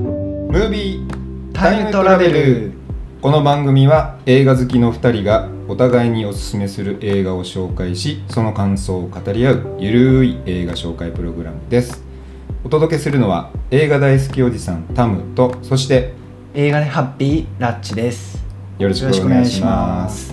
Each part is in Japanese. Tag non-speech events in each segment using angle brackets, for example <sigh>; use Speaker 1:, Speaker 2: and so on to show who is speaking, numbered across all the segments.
Speaker 1: ービータイムトラベルこの番組は映画好きの2人がお互いにおすすめする映画を紹介しその感想を語り合うゆるい映画紹介プログラムですお届けするのは映画大好きおじさんタムとそして
Speaker 2: 映画でハッピーラッチです
Speaker 1: よろしくお願いします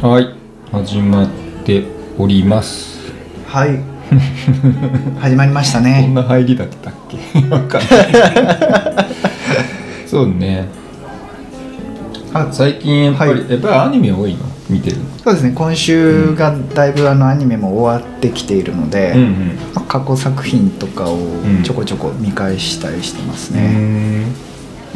Speaker 1: はい始まっております
Speaker 2: はい <laughs> 始まりました
Speaker 1: こん
Speaker 2: ね
Speaker 1: な入りだったっけわかんない <laughs> そうね
Speaker 2: あ
Speaker 1: 最近やっぱり、
Speaker 2: は
Speaker 1: やっぱりアニメ多いの見てるの
Speaker 2: そうですね今週がだいぶあのアニメも終わってきているので、
Speaker 1: ん
Speaker 2: まあ過去作品とかを
Speaker 1: ん
Speaker 2: ちょこちょこ見返したりしてます
Speaker 1: う
Speaker 2: ね、
Speaker 1: ん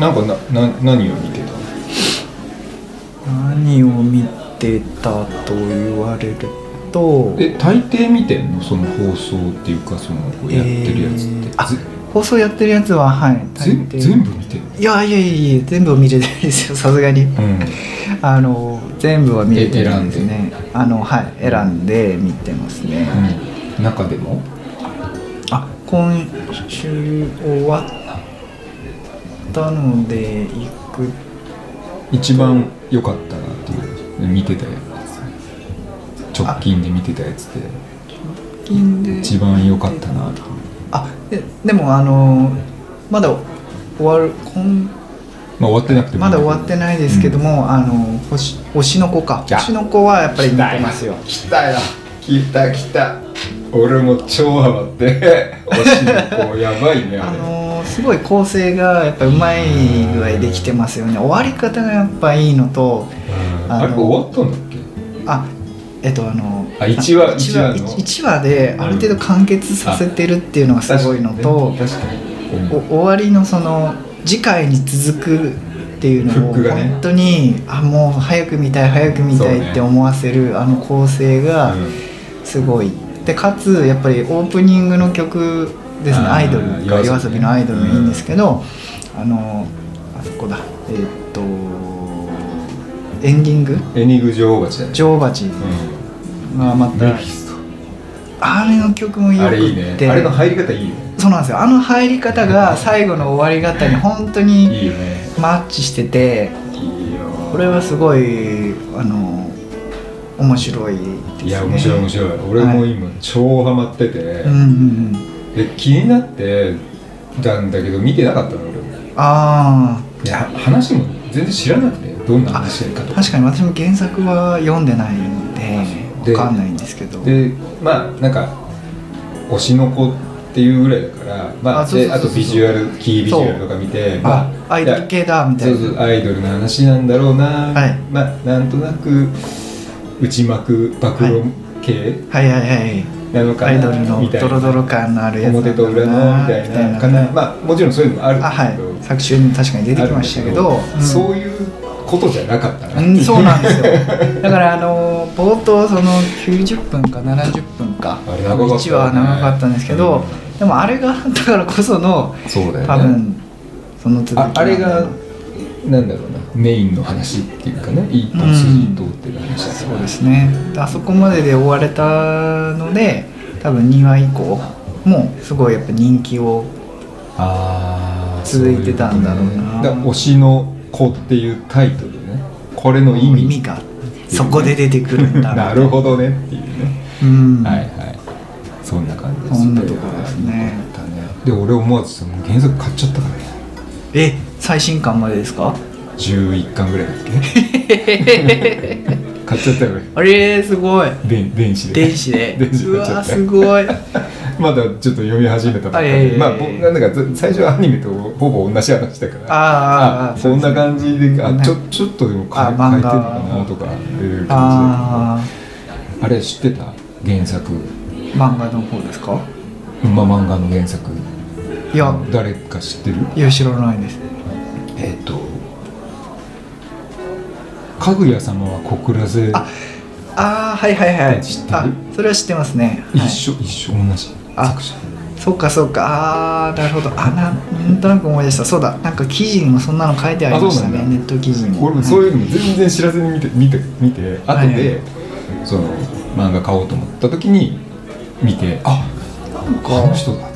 Speaker 1: なんかなな何を見てた
Speaker 2: 何を見てたと言われると
Speaker 1: え大抵見てんのその放送っていうかそのこうやってるやつって
Speaker 2: えー、あ放送やってるやつははい
Speaker 1: ずぜ
Speaker 2: 大抵
Speaker 1: 全部見てる
Speaker 2: いやいやいやいや全部は見れてないですよさすがに
Speaker 1: うん
Speaker 2: あの全部は見れてるんです
Speaker 1: え
Speaker 2: ねあのはい選んで見てますね、
Speaker 1: うん中でも
Speaker 2: あ今週終わったので行く
Speaker 1: 一番良かったなっていう見てたやつ直近で見てたやつで
Speaker 2: 近で
Speaker 1: 一番良かったなとか
Speaker 2: あででもあのまだ終わるこん
Speaker 1: まあ終わってなくてもい
Speaker 2: ま
Speaker 1: いん
Speaker 2: だ
Speaker 1: け
Speaker 2: 終
Speaker 1: ど
Speaker 2: わってないですけども、あの星星の子か
Speaker 1: いや
Speaker 2: 星の子はやっぱり見てますよ
Speaker 1: 来たよ来た来た俺も超ハマって <laughs> おしのこやばいね
Speaker 2: あ
Speaker 1: あれ
Speaker 2: のすごい構成がやっぱりうまい具合できてますよね終わり方がやっぱいいのと
Speaker 1: うん
Speaker 2: あの
Speaker 1: あれ終わったんだっけ
Speaker 2: あえっとあの
Speaker 1: あ一話
Speaker 2: 一話
Speaker 1: 一話の
Speaker 2: 一話である程度完結させてるっていうのがすごいのと、
Speaker 1: 確かに確か
Speaker 2: お
Speaker 1: に
Speaker 2: 終わりのその次回に続くっていう
Speaker 1: フ
Speaker 2: の
Speaker 1: ッ
Speaker 2: を
Speaker 1: クがね
Speaker 2: 本当に、あもう早く見たい早く見
Speaker 1: そ
Speaker 2: た
Speaker 1: うね
Speaker 2: いって思わせる、あの構成が
Speaker 1: うん
Speaker 2: すごい、でかつやっぱりオープニングの曲ですね
Speaker 1: あー
Speaker 2: アイドルとか
Speaker 1: 夜遊びね
Speaker 2: 夜遊びのアイドルもいいんですけど、あのあそこだえーっとエンディング
Speaker 1: エニグ女王がちだね
Speaker 2: 女王蜂
Speaker 1: う
Speaker 2: がま
Speaker 1: んメ
Speaker 2: た
Speaker 1: フィス
Speaker 2: あれの曲も
Speaker 1: ト
Speaker 2: よく
Speaker 1: あれいいね
Speaker 2: って
Speaker 1: あれの入り方いいよね
Speaker 2: そうなんですよあの入り方が最後の終わり方に本当に
Speaker 1: いいよね
Speaker 2: マッチしてて
Speaker 1: いいよ
Speaker 2: これはすごいあの面白いですね
Speaker 1: いや面白い面白い俺も今超ハマってて、
Speaker 2: うんうんうん
Speaker 1: で気になってたんだけど見てなかったの俺も
Speaker 2: あ
Speaker 1: いや話も全然知らなくてどんな話してるかと
Speaker 2: あ
Speaker 1: か
Speaker 2: 確かに私も原作は読んでないの
Speaker 1: で
Speaker 2: でわかんないんですけど
Speaker 1: でまあなんか推しの子っていうぐらいだからまあ
Speaker 2: あそうそ
Speaker 1: で
Speaker 2: うそう
Speaker 1: あとビジュアルキービジュアルとか見てま
Speaker 2: あアイドル系だみたい
Speaker 1: そう
Speaker 2: な
Speaker 1: そうアイドルの話なんだろうな、
Speaker 2: はい
Speaker 1: まあなんとなく内幕暴露系
Speaker 2: はいはいはい
Speaker 1: なのか
Speaker 2: アイ
Speaker 1: な、
Speaker 2: ドルの
Speaker 1: みたい
Speaker 2: ド
Speaker 1: な
Speaker 2: ロドロ感のあるやつなんだ
Speaker 1: 表と裏のみたいなかなまあもちろんそういうのもあるん
Speaker 2: あ
Speaker 1: だ
Speaker 2: は
Speaker 1: けど、
Speaker 2: い作中に確かに出てきましたけど
Speaker 1: あるんだけそうういうことじゃなかったな、
Speaker 2: んうんそうなんです
Speaker 1: <laughs>
Speaker 2: よだからあの冒頭その90分か70分か
Speaker 1: あれ長かったよね
Speaker 2: 1話長かったんですけど、でもあれがあったからこその
Speaker 1: そうだよね
Speaker 2: 多分その続き
Speaker 1: ああれ
Speaker 2: なんだ
Speaker 1: が
Speaker 2: ろう
Speaker 1: なんだろうなメインの話っていうかね一本筋通ってる話だから、
Speaker 2: そうですねあそこまでで終われたので多分2話以降もすごいやっぱ人気を
Speaker 1: あー
Speaker 2: 続いてたんだろうな
Speaker 1: そいことねだから推しの子っていうタイトルねこれの意味
Speaker 2: 意味がそこで出てくるんだ
Speaker 1: なるほどねっていうね、
Speaker 2: うん、
Speaker 1: はいはいそんな感じです
Speaker 2: そんなところですね
Speaker 1: よかったねで俺思わずさもう原作買っちゃったからね
Speaker 2: え最新刊までですか
Speaker 1: 11巻ぐらいだっけ
Speaker 2: <laughs>
Speaker 1: 買っちゃったよ俺
Speaker 2: あれすごい
Speaker 1: 電電子で
Speaker 2: 電子で
Speaker 1: 電子
Speaker 2: う
Speaker 1: で買っちゃ
Speaker 2: わ
Speaker 1: った
Speaker 2: すごい
Speaker 1: まだちょっと読み始めたばっか
Speaker 2: あいやいやい
Speaker 1: り
Speaker 2: や
Speaker 1: まあぼなんだかず最初はアニメとほぼ同じ話だから
Speaker 2: あーあーあー
Speaker 1: そんな感じであ
Speaker 2: ね
Speaker 1: ちょちょっとでも変え
Speaker 2: あ
Speaker 1: 変えてんの
Speaker 2: 漫画
Speaker 1: かなとかっていう感じだけどあ
Speaker 2: あ
Speaker 1: れ知ってた原作
Speaker 2: あ漫画の方ですか
Speaker 1: まあ漫画の原作
Speaker 2: いや
Speaker 1: 誰か知ってる
Speaker 2: いや知らないです
Speaker 1: えっ、と「かぐや様は小倉ぜ
Speaker 2: あああはいはいはい
Speaker 1: 知ってる
Speaker 2: あそれは知ってますね、はい、
Speaker 1: 一緒、一緒同じ
Speaker 2: あ
Speaker 1: 作者
Speaker 2: そうかそうかあーなるほどあななんとなく思い出したそうだなんか記事にもそんなの書いてありました
Speaker 1: あそう
Speaker 2: ね
Speaker 1: なんだ
Speaker 2: ネット記事にも
Speaker 1: 俺もそういうのも全然知らずに見て見て見て後で、
Speaker 2: はいはい
Speaker 1: その漫画買おうと思った時に見てあ
Speaker 2: なん
Speaker 1: この人
Speaker 2: か
Speaker 1: だと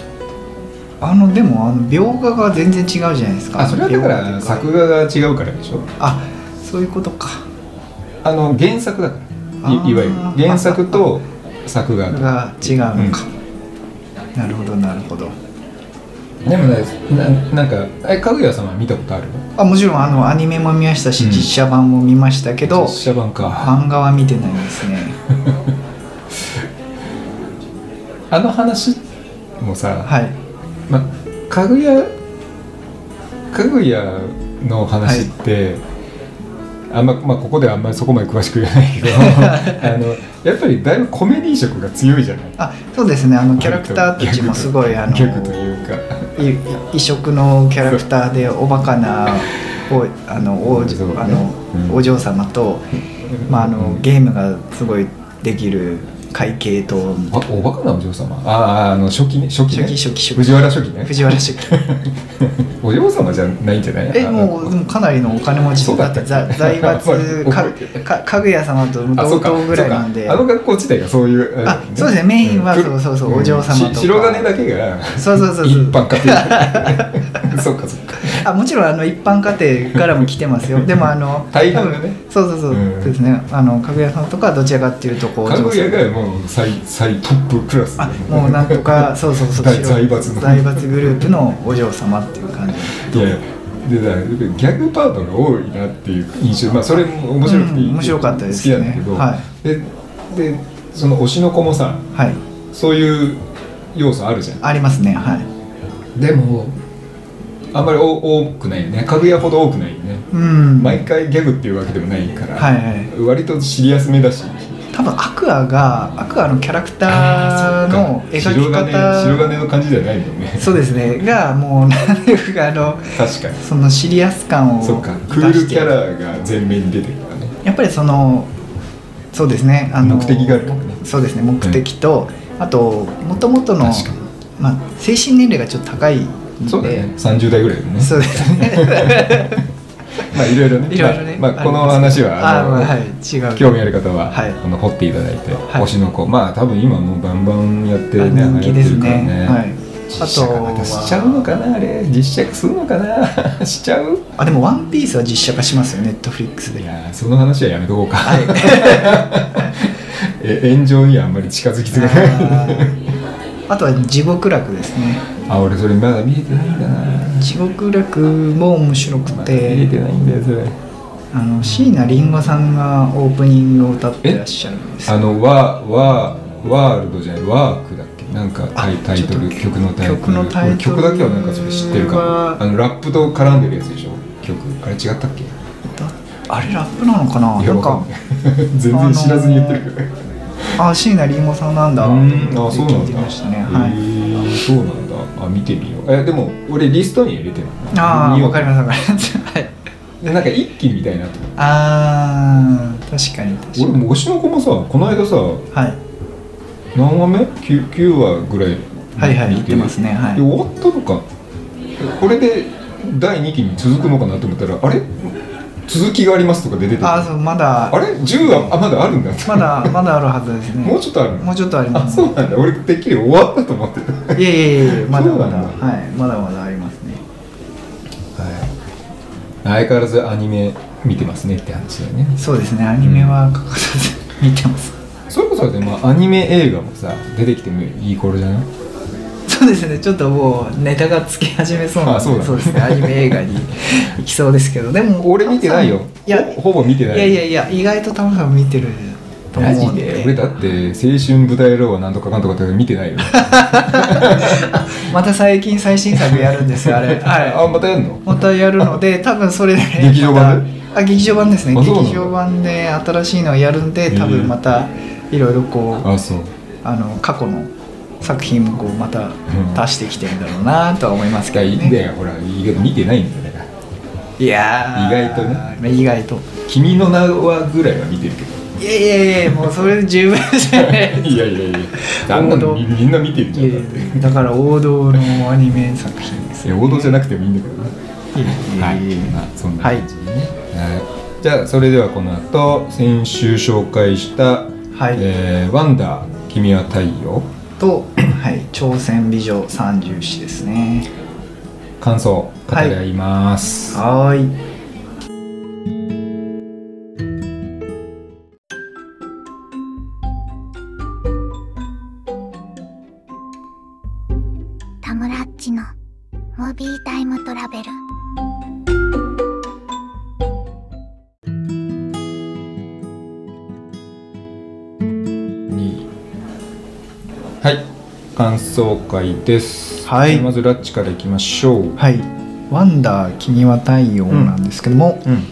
Speaker 2: あのでもあの描画が全然違うじゃないですか
Speaker 1: あそれはだか
Speaker 2: 描画という
Speaker 1: ら作画が違うからでしょ
Speaker 2: あそういうことか
Speaker 1: あの原作だから
Speaker 2: あー
Speaker 1: いいわゆる原作と作画と
Speaker 2: が違うのか、なるほどなるほど
Speaker 1: でもねななんかえかぐや様見たことある
Speaker 2: あもちろんあのアニメも見ましたし、
Speaker 1: うん
Speaker 2: 実写版も見ましたけど
Speaker 1: 実写版か
Speaker 2: 漫画は見てないですね
Speaker 1: <laughs> あの話もさ、
Speaker 2: はい
Speaker 1: まかぐやかぐやの話って、あんままあ、ここではあんまりそこまで詳しく言え
Speaker 2: <laughs>
Speaker 1: ないけどあのやっぱりだいぶコメディ色が強いじゃない
Speaker 2: あそうですねあのキャラクターたちもすごいあの
Speaker 1: ギャグというか
Speaker 2: い異色のキャラクターでおバカなおあの王
Speaker 1: そうね
Speaker 2: 女あの
Speaker 1: うん
Speaker 2: お嬢様と、まあ、あのゲームがすごいできる会計と
Speaker 1: あおバカなお嬢様あああの初期ね初期ね
Speaker 2: 初期初期初期
Speaker 1: 藤原初期ね
Speaker 2: 藤原氏
Speaker 1: お嬢様じゃないんじゃない
Speaker 2: え
Speaker 1: あの
Speaker 2: も
Speaker 1: <laughs>
Speaker 2: うでもかなりのお金持ち
Speaker 1: そうだ
Speaker 2: だ
Speaker 1: っ
Speaker 2: ったて
Speaker 1: っけ
Speaker 2: ざ財閥
Speaker 1: <laughs> 覚
Speaker 2: か
Speaker 1: えて
Speaker 2: かかぐや様と
Speaker 1: あそ
Speaker 2: 同
Speaker 1: うか
Speaker 2: 等ぐらいなん
Speaker 1: そう
Speaker 2: で
Speaker 1: かあの学校自体がそういう
Speaker 2: あそうですねメインは
Speaker 1: プ
Speaker 2: そうそうそうんお嬢様とか
Speaker 1: し白金だけが
Speaker 2: そうそうそうそう
Speaker 1: 一般家庭そうか <laughs> そうか
Speaker 2: あもちろんあの一般家庭からも来てます
Speaker 1: <laughs>
Speaker 2: よでもあの
Speaker 1: 大半がね
Speaker 2: 多分そうそうそう、
Speaker 1: うん
Speaker 2: ですねあのかぐやさんとかはどちらかっていうとこう
Speaker 1: かぐや
Speaker 2: お嬢様
Speaker 1: がもう最最トップクラス
Speaker 2: あもうなんとかそうそうそう
Speaker 1: 財財閥の
Speaker 2: 財閥グループのお嬢様っていう感じ
Speaker 1: <laughs> いやいやでだからギャグパートが多いなっていう印象まあそれも面白くていい、
Speaker 2: うん面白かったですね
Speaker 1: 好きなんだけど、
Speaker 2: は
Speaker 1: ででその推しの子もさ
Speaker 2: はい
Speaker 1: そういう要素あるじゃん
Speaker 2: ありますねはい
Speaker 1: でもあんまりお多くないよねかぐやほど多くないよね
Speaker 2: うん
Speaker 1: 毎回ギャグっていうわけでもないから、
Speaker 2: はいはい
Speaker 1: 割とシリアスめだし
Speaker 2: 多分アクアがアクアのキャラクターの描き
Speaker 1: 白
Speaker 2: 方
Speaker 1: 金白金の感じじゃないもんね
Speaker 2: そうですねがもうなんていうかあの
Speaker 1: 確かに
Speaker 2: そのシリアス感を
Speaker 1: そっかクールキャラが前面に出てるからね
Speaker 2: やっぱりそのそうですねあの
Speaker 1: 目的があるからね
Speaker 2: そうですね目的と、あともともとの
Speaker 1: 確かに、
Speaker 2: まあ、精神年齢がちょっと高いんで
Speaker 1: そうだね30代ぐらいだよね
Speaker 2: そうですね
Speaker 1: <laughs> まあいろいろね
Speaker 2: いろいろね
Speaker 1: まあまあ
Speaker 2: あ
Speaker 1: こ
Speaker 2: ります
Speaker 1: の話は
Speaker 2: あ
Speaker 1: あ
Speaker 2: ー
Speaker 1: の
Speaker 2: まあはい違う
Speaker 1: 興味ある方は、
Speaker 2: はい
Speaker 1: あの掘っていただいて、
Speaker 2: い
Speaker 1: 推しの子まあ多分今もうバンバンやって
Speaker 2: あ
Speaker 1: ね
Speaker 2: 人気です
Speaker 1: 流行ってる
Speaker 2: ね
Speaker 1: から
Speaker 2: はい
Speaker 1: 実
Speaker 2: あ
Speaker 1: 写かな
Speaker 2: と
Speaker 1: しちゃうの
Speaker 2: は
Speaker 1: かなあれ実写するのか <laughs> なしちゃう
Speaker 2: あでも「ワンピースは実写化しますよネットフリックス
Speaker 1: い
Speaker 2: で
Speaker 1: やーその話はやめとこうか、 <laughs> え炎上にはあんまり近づきすぎない
Speaker 2: あーあとは「地獄楽」ですね
Speaker 1: <laughs> あ俺それまだ見えてないんだな
Speaker 2: 地獄楽も面白く
Speaker 1: まだ見え
Speaker 2: て
Speaker 1: てないんだよそれ
Speaker 2: あの椎名林檎さんがオープニングを歌ってらっしゃるんですよ
Speaker 1: あのワワワールドじゃないワークだっけなんかタイ
Speaker 2: あ
Speaker 1: タイトル
Speaker 2: ちょっと
Speaker 1: 曲のタイトル
Speaker 2: 曲のタイトル
Speaker 1: 俺曲だけはなんかそれ知ってるか
Speaker 2: は
Speaker 1: もあのラップと絡んでるやつでしょ曲あれ違ったっけい
Speaker 2: だあれラップなのかなな
Speaker 1: や
Speaker 2: ん
Speaker 1: わか
Speaker 2: か
Speaker 1: んない <laughs> 全然知らずに言ってるから、
Speaker 2: あ椎名林檎さんなんだ
Speaker 1: う
Speaker 2: と
Speaker 1: ん
Speaker 2: 思
Speaker 1: あ
Speaker 2: って
Speaker 1: そうなん
Speaker 2: 聞
Speaker 1: だ
Speaker 2: いてましたねはい
Speaker 1: へーそうなんだあ見てみようえでも俺リストには入れてる
Speaker 2: ああわかりますすわかりますはい
Speaker 1: でなんか一気に見たいなと思って
Speaker 2: あー確かに確か
Speaker 1: 俺
Speaker 2: に
Speaker 1: も推しの子もさこの間さ
Speaker 2: はい
Speaker 1: 何話目 9, 9話ぐらい
Speaker 2: はいはい
Speaker 1: 見
Speaker 2: 見てますねはい
Speaker 1: で終わったのかこれで第2期に続くのかなと思ったらあれ続きがありますとか出てて
Speaker 2: あー
Speaker 1: あ
Speaker 2: そうまだ
Speaker 1: れ10話あまだあるんだ
Speaker 2: まだまだあるはずですね
Speaker 1: もうちょっとあるの
Speaker 2: もうちょっとありま
Speaker 1: あ
Speaker 2: す
Speaker 1: そ
Speaker 2: ね
Speaker 1: うなんだ俺てっきり終わったと思ってた
Speaker 2: いやいやいやいやまだまだ
Speaker 1: そうなんだ
Speaker 2: はいまだまだありますね
Speaker 1: 相変わらずアニメ見てますねって話だよね
Speaker 2: そうですねアニメは欠かさず <laughs> 見てます
Speaker 1: それこそでもアニメ映画もさ出てきてもいい頃じゃない
Speaker 2: そうですねちょっともうネタがつき始めそうなん
Speaker 1: あ
Speaker 2: で
Speaker 1: そうだ
Speaker 2: ですねアニメ映画に行きそうですけどでも
Speaker 1: 俺見てないよ
Speaker 2: いや
Speaker 1: ほほぼ見てない
Speaker 2: いやいやいや意外とタモさん見てると
Speaker 1: マ
Speaker 2: 思
Speaker 1: ジ
Speaker 2: うんで
Speaker 1: で俺だって「青春舞台ローはなんとかかんとか」って見てないよ
Speaker 2: また最近最新作やるんですよあれ
Speaker 1: <laughs> あ
Speaker 2: はい
Speaker 1: またやんの
Speaker 2: またやるので多分それで
Speaker 1: 劇場版で
Speaker 2: またあ劇場版ですね
Speaker 1: あそうなんだ
Speaker 2: 劇場版で新しいのをやるんで
Speaker 1: へ
Speaker 2: 多
Speaker 1: え
Speaker 2: 分またいろいろこう
Speaker 1: あそう
Speaker 2: あの過去の作品もこうまた足してきてるんだろうなとは思います
Speaker 1: い
Speaker 2: け
Speaker 1: や
Speaker 2: ど
Speaker 1: いいん
Speaker 2: ね
Speaker 1: だよほら意外と見てないんだよだから
Speaker 2: いやー
Speaker 1: 意外と
Speaker 2: ね意外と
Speaker 1: 「君の名は」ぐらいは見てるけど
Speaker 2: いやいやいやもうそれで十分じゃない
Speaker 1: いやいやいやあんなのみみんな見てるじゃんだってい
Speaker 2: だから王道のアニメ作品です
Speaker 1: や
Speaker 2: よ
Speaker 1: 王道じゃなくてもいいんだけどね
Speaker 2: いえいえ
Speaker 1: はい
Speaker 2: いえ
Speaker 1: まあそんな感じでねはいじゃあそれではこの後先週紹介した
Speaker 2: はい、
Speaker 1: えーワンダー君は太陽
Speaker 2: と、はい、朝鮮美女三重詩ですね
Speaker 1: 感想語り合います、
Speaker 2: はーい
Speaker 3: タムラッチのムービータイムトラベル
Speaker 1: はい、感想会です、
Speaker 2: はい
Speaker 1: まずラッチからいきましょう、
Speaker 2: はい「ワンダー君は太陽」なんですけども、
Speaker 1: うん、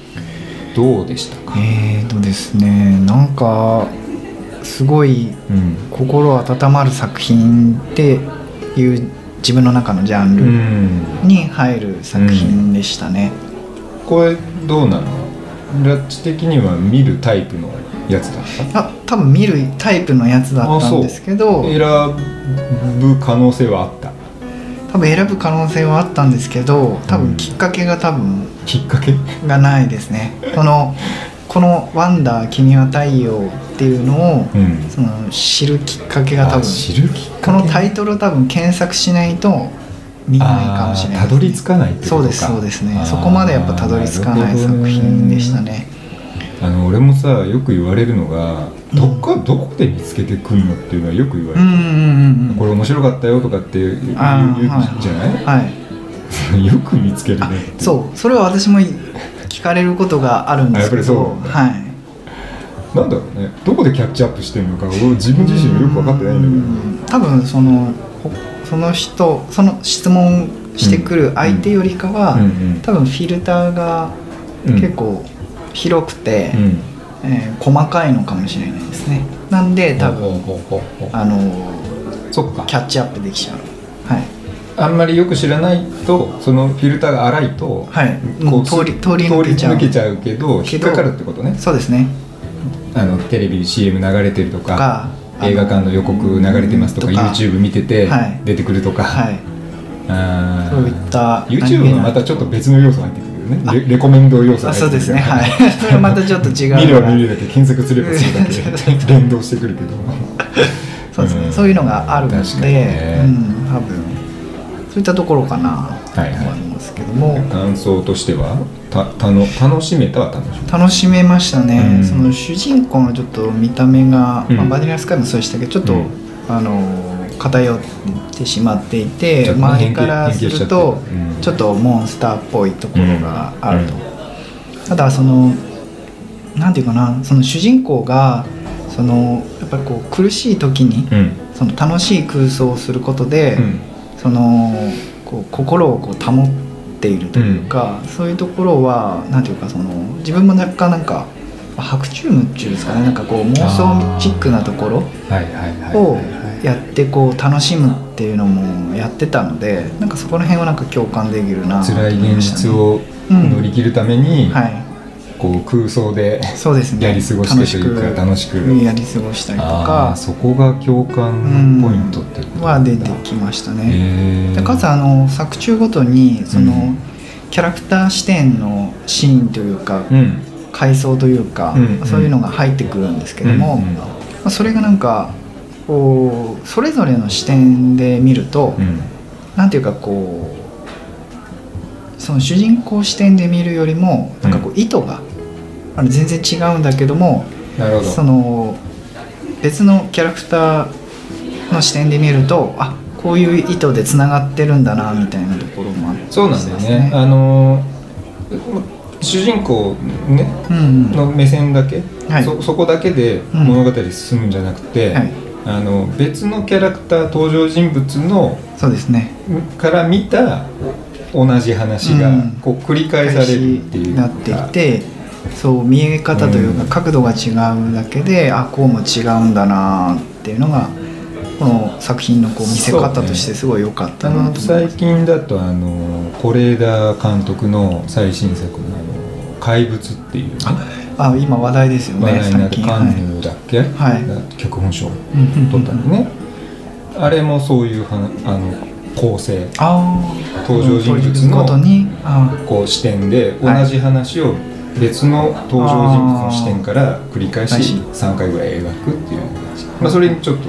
Speaker 1: どうでしたか、
Speaker 2: えーとですねなんかすごい
Speaker 1: うん
Speaker 2: 心温まる作品っていう自分の中のジャン
Speaker 1: う
Speaker 2: ル
Speaker 1: ん、
Speaker 2: に入る作品でしたね、
Speaker 1: これどうなのラッチ的には見るタイプのやつだった
Speaker 2: あ多分見るタイプのやつだったんですけど
Speaker 1: 選ぶ可能性はあった
Speaker 2: 多分選ぶ可能性はあったんですけど多
Speaker 1: うん
Speaker 2: 分きっかけが多分
Speaker 1: きっかけ
Speaker 2: がないですねこのこの「ワンダー君は太陽」っていうのを、
Speaker 1: うん
Speaker 2: その知るきっかけが多
Speaker 1: あ
Speaker 2: 分
Speaker 1: 知るきっ
Speaker 2: こ
Speaker 1: かけ
Speaker 2: のタイトルを多分検索しないと見ないかもしれない
Speaker 1: あーたどり着かないってことか
Speaker 2: そうですそうです
Speaker 1: あー
Speaker 2: ねそこまでやっぱたどり着かない作品でしたね
Speaker 1: あの俺もさよく言われるのがどっか、どこで見つけてくんのっていうのはよく言われ
Speaker 2: うん
Speaker 1: る、
Speaker 2: うんうんうん
Speaker 1: これ面白かったよとかって言う言う
Speaker 2: あーはい
Speaker 1: じゃない
Speaker 2: はい、
Speaker 1: よく見つけるね
Speaker 2: あ
Speaker 1: って
Speaker 2: そうそれは私も聞かれることがあるんですけ
Speaker 1: あやっ
Speaker 2: ど
Speaker 1: ぱりそう
Speaker 2: はい
Speaker 1: なんだろうねどこでキャッチアップしてるのか俺自分自身もよく分かってないんだ
Speaker 2: うん多分そのほその人その質問してくる相手よりかは、
Speaker 1: うんうん
Speaker 2: 多分フィルターが
Speaker 1: けど、うん
Speaker 2: 結構広くて、
Speaker 1: うん
Speaker 2: えー細かいのかもしれないですねなんで多分、
Speaker 1: ほうほうほうほ
Speaker 2: あのー
Speaker 1: うそっか
Speaker 2: キャッチアップできちゃうはい
Speaker 1: あんまりよく知らないとそのフィルターが荒いと、
Speaker 2: はいもう通り
Speaker 1: す
Speaker 2: 通り抜けちゃう
Speaker 1: 通りゃうけど
Speaker 2: け
Speaker 1: 引っ
Speaker 2: ど
Speaker 1: かかるってことね
Speaker 2: そうですね
Speaker 1: あのテレビ CM 流れてるとか
Speaker 2: とかあの
Speaker 1: 映画館の予告流れてますとか
Speaker 2: とか
Speaker 1: YouTube 見てて
Speaker 2: はい
Speaker 1: 出てくるとか、
Speaker 2: はい
Speaker 1: あー
Speaker 2: そういった何
Speaker 1: YouTube
Speaker 2: 気
Speaker 1: は
Speaker 2: ない
Speaker 1: またちょっと別の要素入ってくるよね
Speaker 2: あ
Speaker 1: レレコメンド要素が
Speaker 2: あ
Speaker 1: 入
Speaker 2: そ
Speaker 1: っ
Speaker 2: う
Speaker 1: て
Speaker 2: で
Speaker 1: く
Speaker 2: す
Speaker 1: る
Speaker 2: ねはいそれ <laughs> はまたちょっと違う
Speaker 1: <laughs> 見れば見るだけ検索すればするだ
Speaker 2: そう <laughs>
Speaker 1: け連動してくるけど
Speaker 2: そうですね、
Speaker 1: うん
Speaker 2: そういうのがあるの
Speaker 1: 確かに
Speaker 2: で、
Speaker 1: ね
Speaker 2: うん、多分そういったところかなと
Speaker 1: はいはい
Speaker 2: 思いますけども、
Speaker 1: 感想としてはたたの楽しめたは楽しめた
Speaker 2: 楽しめました
Speaker 1: う
Speaker 2: ね、
Speaker 1: ん
Speaker 2: その主人公のちょっと見た目が、
Speaker 1: うん
Speaker 2: まあ、バニラスカイもそうでしたけどちょっと、
Speaker 1: うん
Speaker 2: あの偏ってしまってい
Speaker 1: ち
Speaker 2: て
Speaker 1: ょっとね
Speaker 2: 周りからす
Speaker 1: 変形変形しちゃっ
Speaker 2: ると
Speaker 1: てるうん
Speaker 2: ちょっとモンスターっぽいところがあると、
Speaker 1: うん
Speaker 2: ただそのなんていうかなその主人公がそのやっぱりこう苦しい時に、
Speaker 1: うん
Speaker 2: その楽しい空想をすることで、
Speaker 1: うん
Speaker 2: そのこう心をこう保っているというか、そういうところはなんていうかその自分も若干なんか白昼夢っていうんですかねなんかこう妄想チックなところ
Speaker 1: はいはいはいはい
Speaker 2: を
Speaker 1: はい
Speaker 2: やってこう楽しむっていうのもやってたのでなんかそこら辺はなんか共感できるなと思
Speaker 1: 辛
Speaker 2: い
Speaker 1: い
Speaker 2: ま
Speaker 1: 現
Speaker 2: した
Speaker 1: 実
Speaker 2: ね
Speaker 1: を乗り切るために、
Speaker 2: は
Speaker 1: こう空想で
Speaker 2: いそうですね
Speaker 1: やり過ごしてというか楽しく
Speaker 2: やり過ごしたりと
Speaker 1: あー
Speaker 2: か
Speaker 1: そこが共感のポイントってこと
Speaker 2: は
Speaker 1: なんだ
Speaker 2: 出てきましたね、
Speaker 1: へー
Speaker 2: でかつあの作中ごとにその、
Speaker 1: うん
Speaker 2: キャラクター視点のシーンというか、
Speaker 1: うん
Speaker 2: 階層というか、
Speaker 1: うん
Speaker 2: そういうのが入ってくるんですけども、
Speaker 1: うんうん
Speaker 2: まあ、それがなんかこうそれぞれの視点で見ると、
Speaker 1: うん
Speaker 2: なんていうかこうその主人公視点で見るよりもなんかこう意図が、あの全然違うんだけども
Speaker 1: なるほど
Speaker 2: その別のキャラクターの視点で見るとあこういう意図でつながってるんだなみたいなところもあって
Speaker 1: そうなんだよねあのー主人公、ね、
Speaker 2: うんうん
Speaker 1: の目線だけ、
Speaker 2: はい
Speaker 1: そそこだけで
Speaker 2: うん
Speaker 1: 物語進むんじゃなくて、
Speaker 2: はい
Speaker 1: あの別のキャラクター登場人物の
Speaker 2: そうですね
Speaker 1: から見たお同じ話が、
Speaker 2: うん
Speaker 1: こう繰り返されるっていうか
Speaker 2: なっていてそう見え方という
Speaker 1: う
Speaker 2: か
Speaker 1: ん
Speaker 2: 角度が違うだけで、あこうも違うんだなっていうのがこの作品のこう見せ方としてすごい良かっ
Speaker 1: あ
Speaker 2: たな
Speaker 1: の
Speaker 2: と思い
Speaker 1: 最
Speaker 2: ます。
Speaker 1: 近だとあの是枝監督の最新作のあの「怪物」っていう、ね、
Speaker 2: あ今話題ですよ
Speaker 1: 話
Speaker 2: ね
Speaker 1: 題になっ
Speaker 2: 最
Speaker 1: て
Speaker 2: 近。
Speaker 1: カ
Speaker 2: はい
Speaker 1: ンヌだっけ、
Speaker 2: はい
Speaker 1: が脚本賞を
Speaker 2: うんうんうん
Speaker 1: 取ったのね、あれもそういうはあの構成
Speaker 2: あー
Speaker 1: 登場人物の
Speaker 2: 登場人物ごとにあー
Speaker 1: こう視点で同じ話を別の登場人物の視点から繰り返
Speaker 2: あ
Speaker 1: し
Speaker 2: ー
Speaker 1: 3回ぐらい描くっていうような感じ、まあ、それにちょっと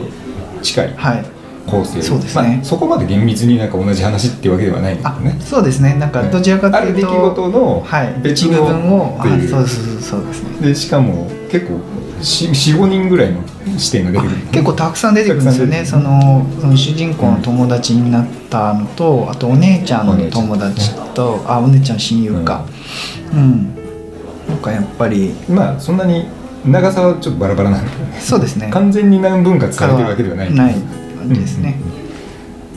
Speaker 1: 近い
Speaker 2: はい
Speaker 1: 構成
Speaker 2: そうですね
Speaker 1: まあ、そこまで厳密になんか同じ話っていうわけではないんだ
Speaker 2: あ
Speaker 1: けどね
Speaker 2: そうですねなんかどちらか
Speaker 1: あ
Speaker 2: と
Speaker 1: る
Speaker 2: い
Speaker 1: 出
Speaker 2: う
Speaker 1: 来
Speaker 2: と、
Speaker 1: 事の
Speaker 2: はい、
Speaker 1: 別
Speaker 2: 一
Speaker 1: の
Speaker 2: 部分を
Speaker 1: って
Speaker 2: あ
Speaker 1: いう
Speaker 2: そうそうそうそうですね
Speaker 1: でしかも結構45人ぐらいの視点が出てくる
Speaker 2: 結構たくさん出てくるんですよ
Speaker 1: た
Speaker 2: ね
Speaker 1: く
Speaker 2: そ
Speaker 1: さん出て
Speaker 2: のその主人公の友達になったのとあとお姉ちゃん
Speaker 1: お
Speaker 2: の
Speaker 1: 姉ちゃん
Speaker 2: 友達とあお姉ちゃんの親友かうん、なんかやっぱり
Speaker 1: まあそんなに長さはちょっとバラバラなんだけどね
Speaker 2: そうですね
Speaker 1: 完全に何分割されてるわけではない
Speaker 2: ない感じですね、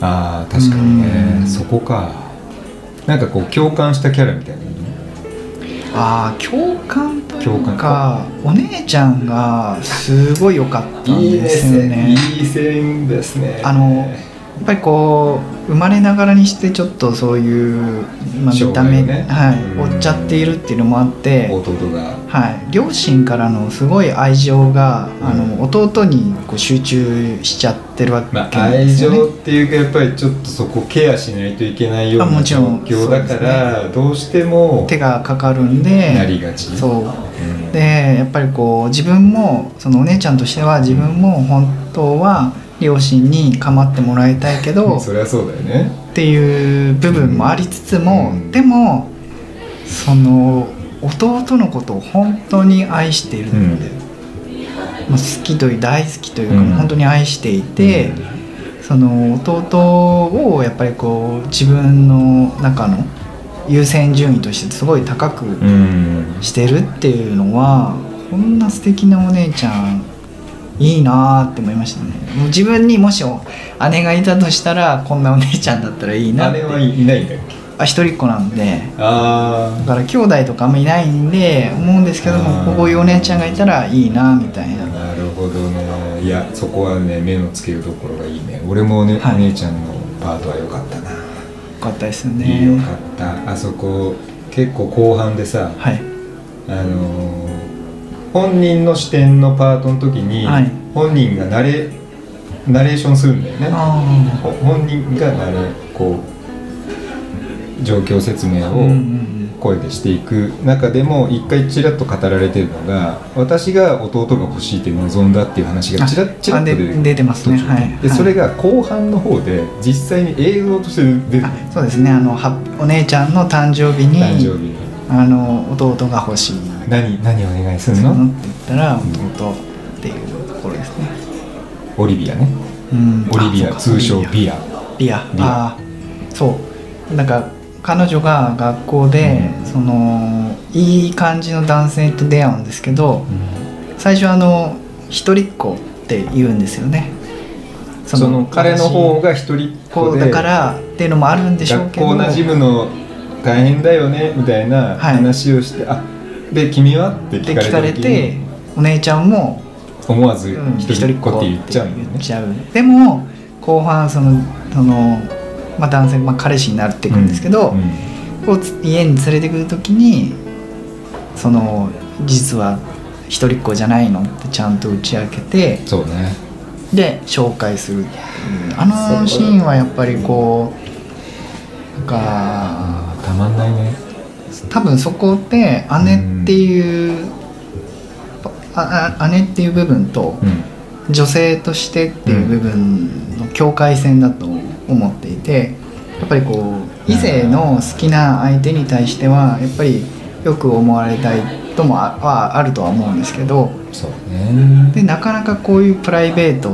Speaker 1: ああ確かに
Speaker 2: う
Speaker 1: ね
Speaker 2: ん
Speaker 1: そこかなんかこう共感したキャラみたいなのね
Speaker 2: ああ共感という
Speaker 1: 共
Speaker 2: かお姉ちゃんがすごい良かったんですよね
Speaker 1: いい線ですね
Speaker 2: あのやっぱりこう生まれながらにしてちょっとそういう、まあ、見た目、
Speaker 1: 障害ね
Speaker 2: はい、
Speaker 1: うん
Speaker 2: 追っちゃっているっていうのもあって、
Speaker 1: 弟が
Speaker 2: はい、両親からのすごい愛情が、
Speaker 1: うん
Speaker 2: あの弟にこう集中しちゃってるわけ
Speaker 1: まあ、
Speaker 2: なんで
Speaker 1: 愛
Speaker 2: すよね、
Speaker 1: 情っていうかやっぱりちょっとそこケアしないといけないよう
Speaker 2: あ
Speaker 1: な
Speaker 2: もち
Speaker 1: 状
Speaker 2: ろん
Speaker 1: 況だからどうしても
Speaker 2: 手がかかるんで
Speaker 1: なりがち
Speaker 2: そう
Speaker 1: うん
Speaker 2: でやっぱりこう自分もそのお姉ちゃんとしては自分も本当は両親に構ってもらいたいけど
Speaker 1: そりゃそうだよね
Speaker 2: っていう部分もありつつも、
Speaker 1: うん
Speaker 2: でもその弟のことを本当に愛しているので、まあ好きという大好きというか、
Speaker 1: うん
Speaker 2: 本当に愛していて、その弟をやっぱりこう自分の中の優先順位としてすごい高く
Speaker 1: うん、うん
Speaker 2: してるっていうのは、こんな素敵なお姉ちゃんいいなーって思いましたねもう自分にもしお姉がいたとしたらこんなお姉ちゃんだったらいいなって
Speaker 1: 姉はいないんだっけ
Speaker 2: あ一人っ子なんでだ
Speaker 1: あ
Speaker 2: から兄弟とかあんまいないんで思うんですけど
Speaker 1: あー
Speaker 2: もこういうお姉ちゃんがいたらいいなみたい
Speaker 1: あ
Speaker 2: な
Speaker 1: なるほどねいやそこはね目のつけるところがいいね俺もね、
Speaker 2: はい
Speaker 1: お姉ちゃんのパートは良かったな、
Speaker 2: よかったですよね
Speaker 1: いいよかったあそこ結構後半でさ
Speaker 2: はい
Speaker 1: あのー本人の視点のパートの時に、
Speaker 2: はい
Speaker 1: 本人がナレナレーションするんだよね
Speaker 2: あ
Speaker 1: ほ本人がナレこう状況説明
Speaker 2: あ
Speaker 1: を、声でしていく中でも一回ちらっと語られてるのが私が弟が欲しいって望んだっていう話がちらっちらっと
Speaker 2: あ
Speaker 1: 出
Speaker 2: で
Speaker 1: てくる
Speaker 2: 出てますね
Speaker 1: 途中で
Speaker 2: はい
Speaker 1: で
Speaker 2: はい
Speaker 1: それが後半の方で実際に映像として出てくる
Speaker 2: あそうですねあのはお姉ちゃんの誕生日に
Speaker 1: 誕生日に
Speaker 2: あの弟が欲しい
Speaker 1: 「何何お願いする
Speaker 2: の
Speaker 1: の?
Speaker 2: って言ったら弟っていうところですね、」
Speaker 1: オリビアね
Speaker 2: うん
Speaker 1: オリビア
Speaker 2: あそう
Speaker 1: 通
Speaker 2: か
Speaker 1: 称
Speaker 2: オリビア
Speaker 1: ビア
Speaker 2: リア
Speaker 1: リア
Speaker 2: あーそうなんか彼女が学校で、
Speaker 1: うん
Speaker 2: そのいい感じの男性と出会うんですけど最初あの一人っ子って言うんですよね
Speaker 1: その彼の方が一人っ子
Speaker 2: こう
Speaker 1: で
Speaker 2: だからっていうのもあるんでしょう
Speaker 1: 学
Speaker 2: けど
Speaker 1: 校なじむの大変だよねみたいな
Speaker 2: はい
Speaker 1: 話をして「あで君は?」って聞か
Speaker 2: で
Speaker 1: れ
Speaker 2: 聞
Speaker 1: た
Speaker 2: かれ
Speaker 1: 時
Speaker 2: て
Speaker 1: に
Speaker 2: お姉ちゃんも
Speaker 1: 思わず
Speaker 2: うん
Speaker 1: 「一人っ子」って言っちゃうんだよ
Speaker 2: 言っ
Speaker 1: ね。
Speaker 2: ちゃうでも後半そのその、まあ、男性、まあ、彼氏になっていくんですけど、
Speaker 1: うん
Speaker 2: をつ家に連れてくる時にその実は一人っ子じゃないのってちゃんと打ち明けて
Speaker 1: そうね
Speaker 2: で紹介するっていうあのシーンはやっぱりこうなんか
Speaker 1: あーたまんないね
Speaker 2: 多分そこって姉っていう、ああ姉っていう部分と
Speaker 1: うん
Speaker 2: 女性としてっていう部分の境界線だと思っていてやっぱりこう異性の好きな相手に対してはやっぱりよく思われたいともあはあるとは思うんですけど
Speaker 1: そうね
Speaker 2: でなかなかこういうプライベート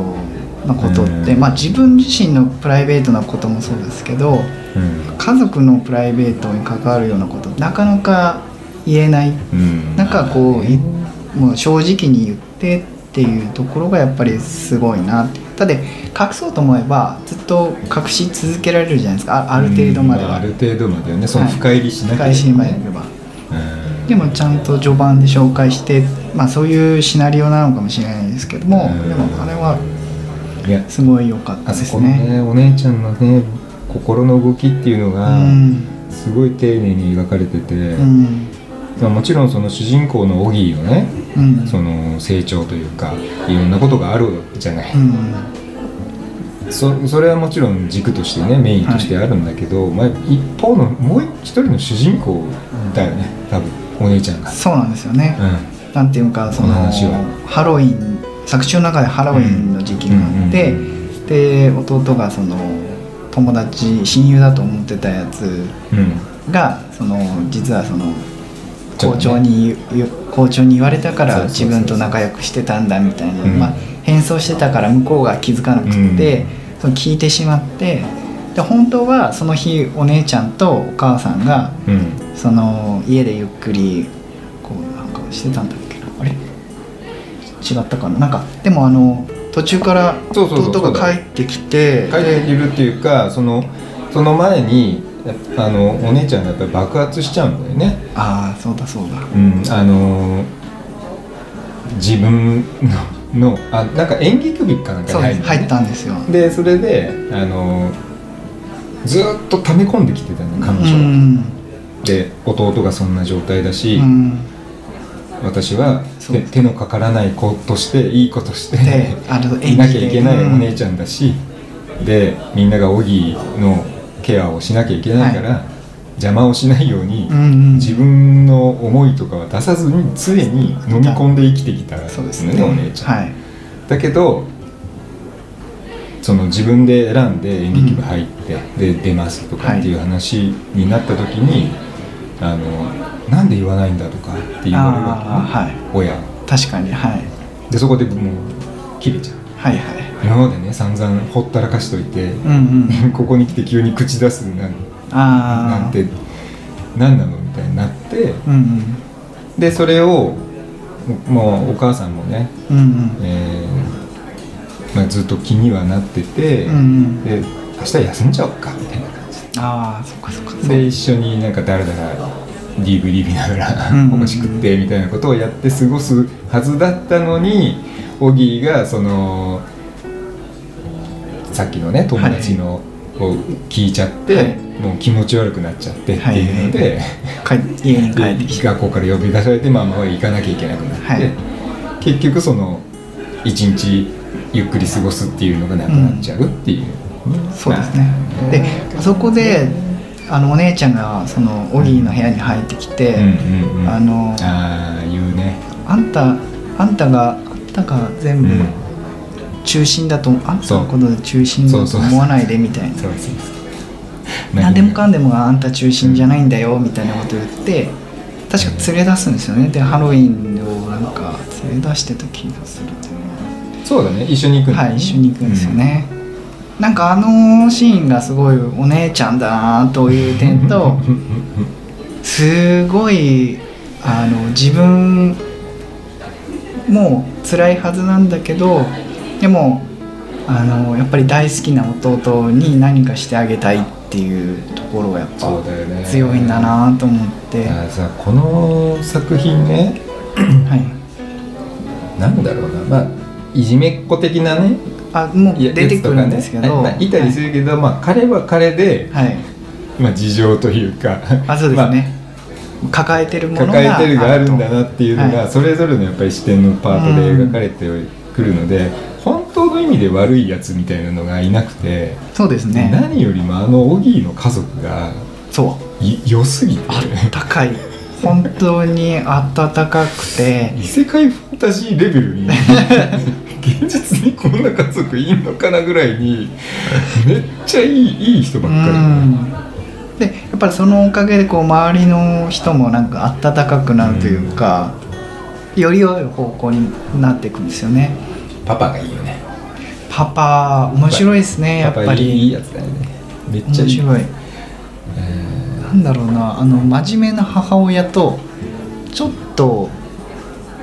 Speaker 2: なことって、
Speaker 1: うん
Speaker 2: まあ、自分自身のプライベートなこともそうですけど
Speaker 1: うん
Speaker 2: 家族のプライベートに関わるようなことなかなか言えない
Speaker 1: うん
Speaker 2: なんかこうい
Speaker 1: うん
Speaker 2: もう正直に言ってっていうところがやっぱりすごいなってだって隠そうと思えばずっと隠し続けられるじゃないですかあある程度まで
Speaker 1: あ
Speaker 2: は
Speaker 1: ある程度まではねその深入りしなきゃ
Speaker 2: 返しまでれば
Speaker 1: うん
Speaker 2: でもちゃんと序盤で紹介してまあそういうシナリオなのかもしれないですけども
Speaker 1: うん
Speaker 2: でもあれはい
Speaker 1: や
Speaker 2: すごい良かった
Speaker 1: あ
Speaker 2: で
Speaker 1: そ
Speaker 2: す
Speaker 1: この
Speaker 2: ね
Speaker 1: ねお姉ちゃんのね心の動きっていうの
Speaker 2: う
Speaker 1: が
Speaker 2: ん
Speaker 1: すごい丁寧に描かれてて
Speaker 2: うん
Speaker 1: まあもちろんその主人公のオギーのね
Speaker 2: うん
Speaker 1: その成長というかいろんなことがあるじゃない
Speaker 2: うん
Speaker 1: そそれはもちろん軸としてねメインとしてあるんだけど、まあ、一方のもう一人の主人公だよね多分お姉ちゃんが、
Speaker 2: そうなんですよね、
Speaker 1: う
Speaker 2: なんていうかそ
Speaker 1: こ
Speaker 2: の
Speaker 1: の話は
Speaker 2: ハロウィン作中の中でハロウィンの時期があって、
Speaker 1: うんう
Speaker 2: で弟がその友達親友だと思ってたやつ
Speaker 1: んうん、
Speaker 2: がその実はその
Speaker 1: ちょっとね
Speaker 2: 校長に、校長に言われたか
Speaker 1: そう
Speaker 2: ら
Speaker 1: そうそうそ
Speaker 2: 自
Speaker 1: う
Speaker 2: 分と仲良くしてたんだみたいな、
Speaker 1: うん
Speaker 2: まあ、変装してたから向こうが気づかなくて、その聞いてしまってで本当はその日お姉ちゃんとお母さんが
Speaker 1: うん、
Speaker 2: その家でゆっくりこうなんかしてたんだっけなあれ違ったかななんかでもあの途中から
Speaker 1: そうそうそう
Speaker 2: 弟が帰ってきて
Speaker 1: 帰ってきるっていうかそのその前にあのお姉ちゃんがやっぱり爆発しちゃうんだよね、
Speaker 2: ああそうだそうだ
Speaker 1: うん、あの自分ののあなんか演劇部かなんか
Speaker 2: そ
Speaker 1: に入
Speaker 2: うで
Speaker 1: るの
Speaker 2: す
Speaker 1: ね
Speaker 2: 入ったんですよ
Speaker 1: でそれであのずーっと溜め込んできてたの彼
Speaker 2: う
Speaker 1: 女は
Speaker 2: ん
Speaker 1: で弟がそんな状態だし、
Speaker 2: うん
Speaker 1: 私は
Speaker 2: そう
Speaker 1: で手のかからない子としていい子として <laughs>
Speaker 2: であの
Speaker 1: いなきゃいけないお姉
Speaker 2: ち
Speaker 1: ちゃんだし、でみんながオギーのケアをしなきゃいけないから、邪魔をしないように、
Speaker 2: うんうん
Speaker 1: 自分の思いとかは出さずに常に飲み込んで生きてきたん
Speaker 2: そうです
Speaker 1: よ
Speaker 2: ね
Speaker 1: ねお姉ちゃん、
Speaker 2: はい
Speaker 1: だけどその自分で選んで演劇部入って、で出ますとかっていう話になった時に、あのなんで言わないんだとかって言われるわけね
Speaker 2: ああはい
Speaker 1: 親は
Speaker 2: 確かにはい
Speaker 1: でそこでもう切れちゃう
Speaker 2: はいはい
Speaker 1: 今までね散々ほったらかしといて、
Speaker 2: う
Speaker 1: <laughs>
Speaker 2: んうん
Speaker 1: ここに来て急に口出すなんな
Speaker 2: ああ
Speaker 1: んて何なのみたいになって
Speaker 2: うんうん
Speaker 1: でそれをもうお母さんもね、
Speaker 2: うんうん
Speaker 1: えーまあ、ずっと気にはなってて、
Speaker 2: うんうん
Speaker 1: で明日休んじゃおうかみたいな感じ
Speaker 2: ああそっかそっか
Speaker 1: で
Speaker 2: う
Speaker 1: 一緒になんかだらだら DVD 見ながら
Speaker 2: うんうん
Speaker 1: お菓子食ってみたいなことをやって過ごすはずだったのにオギーがそのさっきのね友達のを聞いちゃって、
Speaker 2: はい
Speaker 1: もう気持ち悪くなっちゃってっていうので。
Speaker 2: はい帰家に帰ってきて
Speaker 1: 学校から呼び出されてまあまあ行かなきゃいけなくなって、
Speaker 2: はい
Speaker 1: 結局その一日ゆっくり過ごすっていうのがなくなっちゃうっていう、
Speaker 2: そうですねでそこであのお姉ちゃんがそのオギーの部屋に入ってきて、
Speaker 1: うんうんうん
Speaker 2: あの
Speaker 1: ああ言うね
Speaker 2: あんたあんたがあんたが全
Speaker 1: う
Speaker 2: 部
Speaker 1: ん
Speaker 2: 中心だと、あんた
Speaker 1: そう
Speaker 2: のことで中心だと思わないでみたいな
Speaker 1: そうそうそう
Speaker 2: 何でもかんでもあんた中心じゃないんだよみたいなこと言って確か連れ出すんですよねでハロウィンをなんか連れ出してた気がするっていう
Speaker 1: そうだね一緒に行くんだ
Speaker 2: は
Speaker 1: よね
Speaker 2: い一緒に行くんですよ、ね、なんかあのシーンがすごいお姉ちゃんだなという点と
Speaker 1: <laughs> うんうん
Speaker 2: すごいあの自分も辛いはずなんだけどでもあのやっぱり大好きな弟に何かしてあげたいっていうところがやっ
Speaker 1: そう
Speaker 2: ぱ
Speaker 1: だよね
Speaker 2: 強いんだなと思って、
Speaker 1: いやさこの作品ね
Speaker 2: はい、
Speaker 1: なんだろうなまあいじめっ子的なね
Speaker 2: あもう
Speaker 1: いや
Speaker 2: 出てくるんですけ
Speaker 1: やつと
Speaker 2: ど、
Speaker 1: かねはいまあいたりするけど、まあ彼は彼で、
Speaker 2: はい、はい
Speaker 1: まあ、事情というか
Speaker 2: <laughs> あそうですね、抱えてるものが
Speaker 1: 抱えてるがあるんだ
Speaker 2: と
Speaker 1: なっていうのが、
Speaker 2: はい
Speaker 1: それぞれのやっぱり視点のパートで描かれてくるので、本当の意味で悪いやつみたいなのがいなくて、
Speaker 2: そうですね
Speaker 1: 何よりもあのオギーの家族が
Speaker 2: そう
Speaker 1: い良すぎて
Speaker 2: あったかい本当に温かくて
Speaker 1: 異世界ファンタジーレベル
Speaker 2: <laughs>
Speaker 1: に現実にこんな家族いんのかなぐらいにめっちゃいいいい人ばっかり、
Speaker 2: うんでやっぱりそのおかげでこう周りの人もなんか温かくなるというか、より良い方向になっていくんですよね
Speaker 1: パパがいいよね
Speaker 2: パパ面白いですねやっ
Speaker 1: パ
Speaker 2: ぱ
Speaker 1: パいいいい
Speaker 2: り
Speaker 1: やつだよねめっ
Speaker 2: 面
Speaker 1: ちゃいい
Speaker 2: 白いなんだろうなあの真面目な母親とちょっと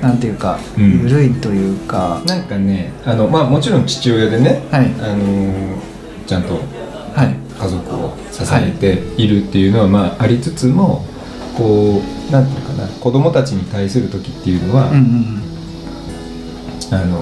Speaker 2: なんていうか
Speaker 1: うん
Speaker 2: 緩いというか、
Speaker 1: なんかねあの、まあ、もちろん父親でね、
Speaker 2: はい
Speaker 1: あのーちゃんと
Speaker 2: はい
Speaker 1: 家族を支えているっていうのは、まあ、ありつつもこうなんていうかな子供たちに対する時っていうのは、
Speaker 2: うんうん
Speaker 1: あの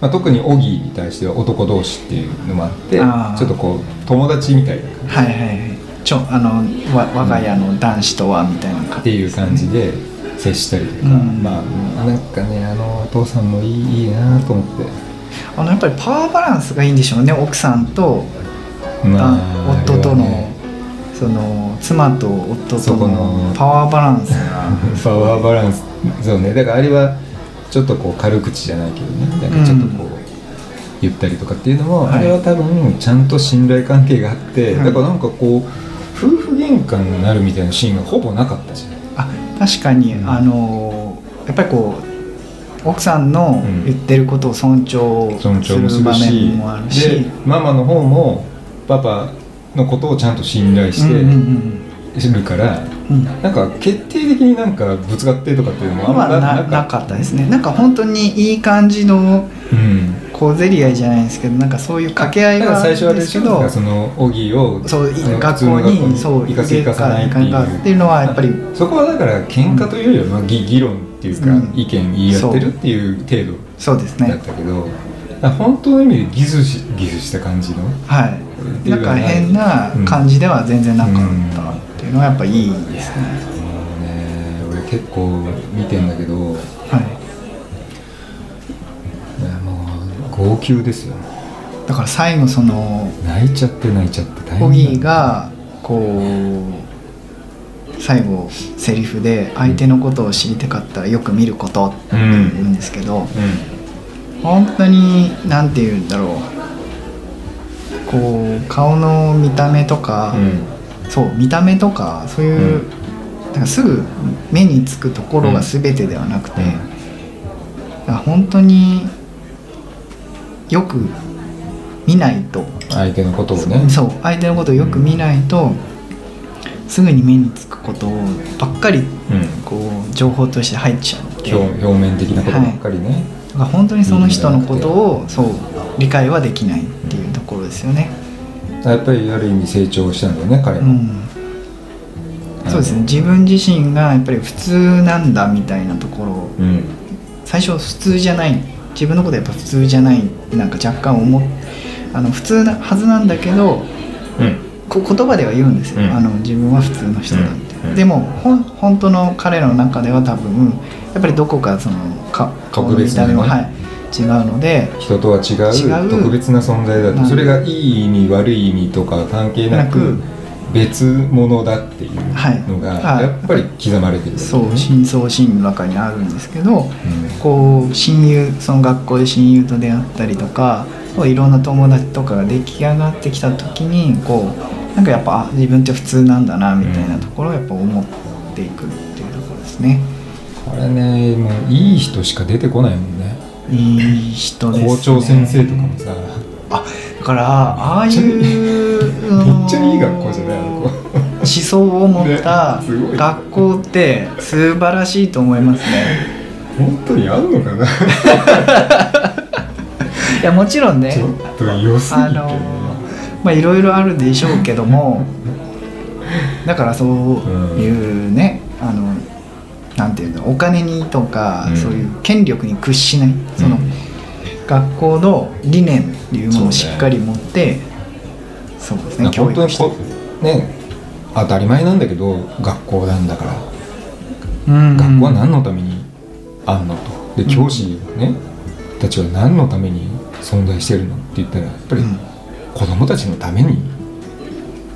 Speaker 1: まあ、特にオギーに対しては男同士っていうのもあって
Speaker 2: あー
Speaker 1: ちょっとこう友達みたいな
Speaker 2: うんはいはいはいちょあのわ我が家の男子とはみたいな感
Speaker 1: って
Speaker 2: じ
Speaker 1: い
Speaker 2: で
Speaker 1: う
Speaker 2: すね、
Speaker 1: 感じで接したりとか、
Speaker 2: うん
Speaker 1: まあなんかねあのお父さんもいいいいなと思って。
Speaker 2: あのやっぱりパワーバランスがいいんでしょうね奥さんと、
Speaker 1: ま
Speaker 2: あ
Speaker 1: あ、
Speaker 2: 夫と
Speaker 1: あれは
Speaker 2: の、
Speaker 1: ね
Speaker 2: そその妻と夫
Speaker 1: そ
Speaker 2: と
Speaker 1: こ
Speaker 2: の
Speaker 1: の
Speaker 2: パワーバランス
Speaker 1: <laughs>
Speaker 2: が
Speaker 1: パワーバランスそうねだからあれはちょっとこう軽口じゃないけどねなんかちょっとこう、ゆったりとかっていうのも、
Speaker 2: はい
Speaker 1: あれは多分ちゃんと信頼関係があって、
Speaker 2: はい
Speaker 1: だからなんかこう夫婦喧嘩になるみたいなシーンがほぼなかったじゃない、
Speaker 2: あ確かに、
Speaker 1: うん
Speaker 2: あのやっぱりこう奥さんの
Speaker 1: うん
Speaker 2: 言ってることを尊重す
Speaker 1: 尊重もす
Speaker 2: る
Speaker 1: る
Speaker 2: 場
Speaker 1: し
Speaker 2: 面もあるし、
Speaker 1: でママの方もパパのことをちゃんと信頼し
Speaker 2: うんうん
Speaker 1: てるから、
Speaker 2: うんうん
Speaker 1: なんか決定的になんかぶつかってとかっていうのもあん
Speaker 2: ま
Speaker 1: ま
Speaker 2: あな
Speaker 1: な
Speaker 2: な
Speaker 1: な
Speaker 2: かったですねなんか本当にいい感じの
Speaker 1: うん
Speaker 2: 小競り合いじゃないですけどなんかそういう掛け合い
Speaker 1: だか
Speaker 2: は
Speaker 1: ら
Speaker 2: ある
Speaker 1: 最初は
Speaker 2: ん
Speaker 1: あれ
Speaker 2: で
Speaker 1: ですし
Speaker 2: け
Speaker 1: ょ
Speaker 2: ど
Speaker 1: そのオギーを
Speaker 2: そう
Speaker 1: あの
Speaker 2: 学校
Speaker 1: 普通の
Speaker 2: にそう
Speaker 1: 行かせ行かさないって
Speaker 2: 行か
Speaker 1: いう
Speaker 2: っていうのはやっぱり
Speaker 1: そこはだから喧嘩というよりはまあ議議論っていうか、
Speaker 2: うん
Speaker 1: 意見言い合ってるっていう程
Speaker 2: そうです
Speaker 1: 度だっ
Speaker 2: ね
Speaker 1: たけど、だから本当の意味でギスしギスした感じの
Speaker 2: はいなんか変な感じでは全然なかったっていうのはやっぱいいですね、
Speaker 1: もうね俺結構見てんだけどい
Speaker 2: はい
Speaker 1: やもう号泣ですよ
Speaker 2: だから最後その
Speaker 1: 泣いちゃって泣いちゃって大
Speaker 2: コギー
Speaker 1: だ
Speaker 2: がこう最後セリフで「相手のことを知りたかったらよく見ること」って言うんですけど、本当に何て言うんだろうこう顔の見た目とか、
Speaker 1: うん、うん
Speaker 2: そう見た目とかそういう、
Speaker 1: うん
Speaker 2: なんかすぐ目につくところが全てではなくて、
Speaker 1: うん
Speaker 2: だから本当によく見ないと
Speaker 1: 相手のことをね
Speaker 2: そう相手のことをよく見ないと、すぐに目につくことばっかり
Speaker 1: うん、
Speaker 2: こう情報として入っちゃうので
Speaker 1: 表表面的なことばっかりね、
Speaker 2: だから本当にその人のことをそう理解はできないっていうところですよね。
Speaker 1: やっぱりある意味成長したんだよね彼
Speaker 2: う
Speaker 1: も、
Speaker 2: んそうですね自分自身がやっぱり普通なんだみたいなところを
Speaker 1: うん
Speaker 2: 最初普通じゃない自分のことやっぱ普通じゃないなんか若干思っあの普通なはずなんだけど
Speaker 1: うん
Speaker 2: こ言葉では言うんですよ、
Speaker 1: うん
Speaker 2: あの自分は普通の人だみたいな、
Speaker 1: うんうん
Speaker 2: でもほん本当の彼の中では多分やっぱりどこかそのか顔の
Speaker 1: 特
Speaker 2: 見
Speaker 1: 別
Speaker 2: た
Speaker 1: な
Speaker 2: 目
Speaker 1: ね
Speaker 2: も、はい、違うので
Speaker 1: 人とは違う
Speaker 2: 違う
Speaker 1: 特別な存在だ
Speaker 2: な
Speaker 1: と
Speaker 2: ん
Speaker 1: それがいい意味悪い意味とか関係な
Speaker 2: な
Speaker 1: く
Speaker 2: く
Speaker 1: 別物だっていうのが
Speaker 2: はい
Speaker 1: やっぱり刻まれてるよね、
Speaker 2: そう深層心理の中にあるんですけ
Speaker 1: う
Speaker 2: ど
Speaker 1: ん
Speaker 2: こう親友その学校で親友と出会ったりとかそういろんな友達とかが出来上がってきた時にこうなんかやっぱあ自分って普通なんだなみたいなところをやっぱ思っていくっていうところですね。
Speaker 1: これねもういい人しか出てこないもんね
Speaker 2: いい人ですね。
Speaker 1: 校長先生とかもさ
Speaker 2: あだからああいうあの
Speaker 1: めっちゃいい学校じゃないあの子
Speaker 2: 思想を持った
Speaker 1: ねすごい
Speaker 2: 学校って素晴らしいと思いますね。
Speaker 1: 本当に合うのかな
Speaker 2: いやもちろんね
Speaker 1: ちょっと良すぎ
Speaker 2: あ
Speaker 1: て、ね
Speaker 2: のまあいろいろあるでしょうけどもだからそういうね、あのなんていうのお金にとか、
Speaker 1: うん
Speaker 2: そういう権力に屈しないその、
Speaker 1: うん
Speaker 2: 学校の理念っていうものをしっかり持ってそう,、ですね教
Speaker 1: 本当
Speaker 2: 育
Speaker 1: に
Speaker 2: して
Speaker 1: こね当たり前なんだけど学校なんだから学
Speaker 2: 学
Speaker 1: 校は何のためにあんのとで教師、ねたちは何のために存在してるのって言ったらやっぱり
Speaker 2: うん
Speaker 1: 子供たちのために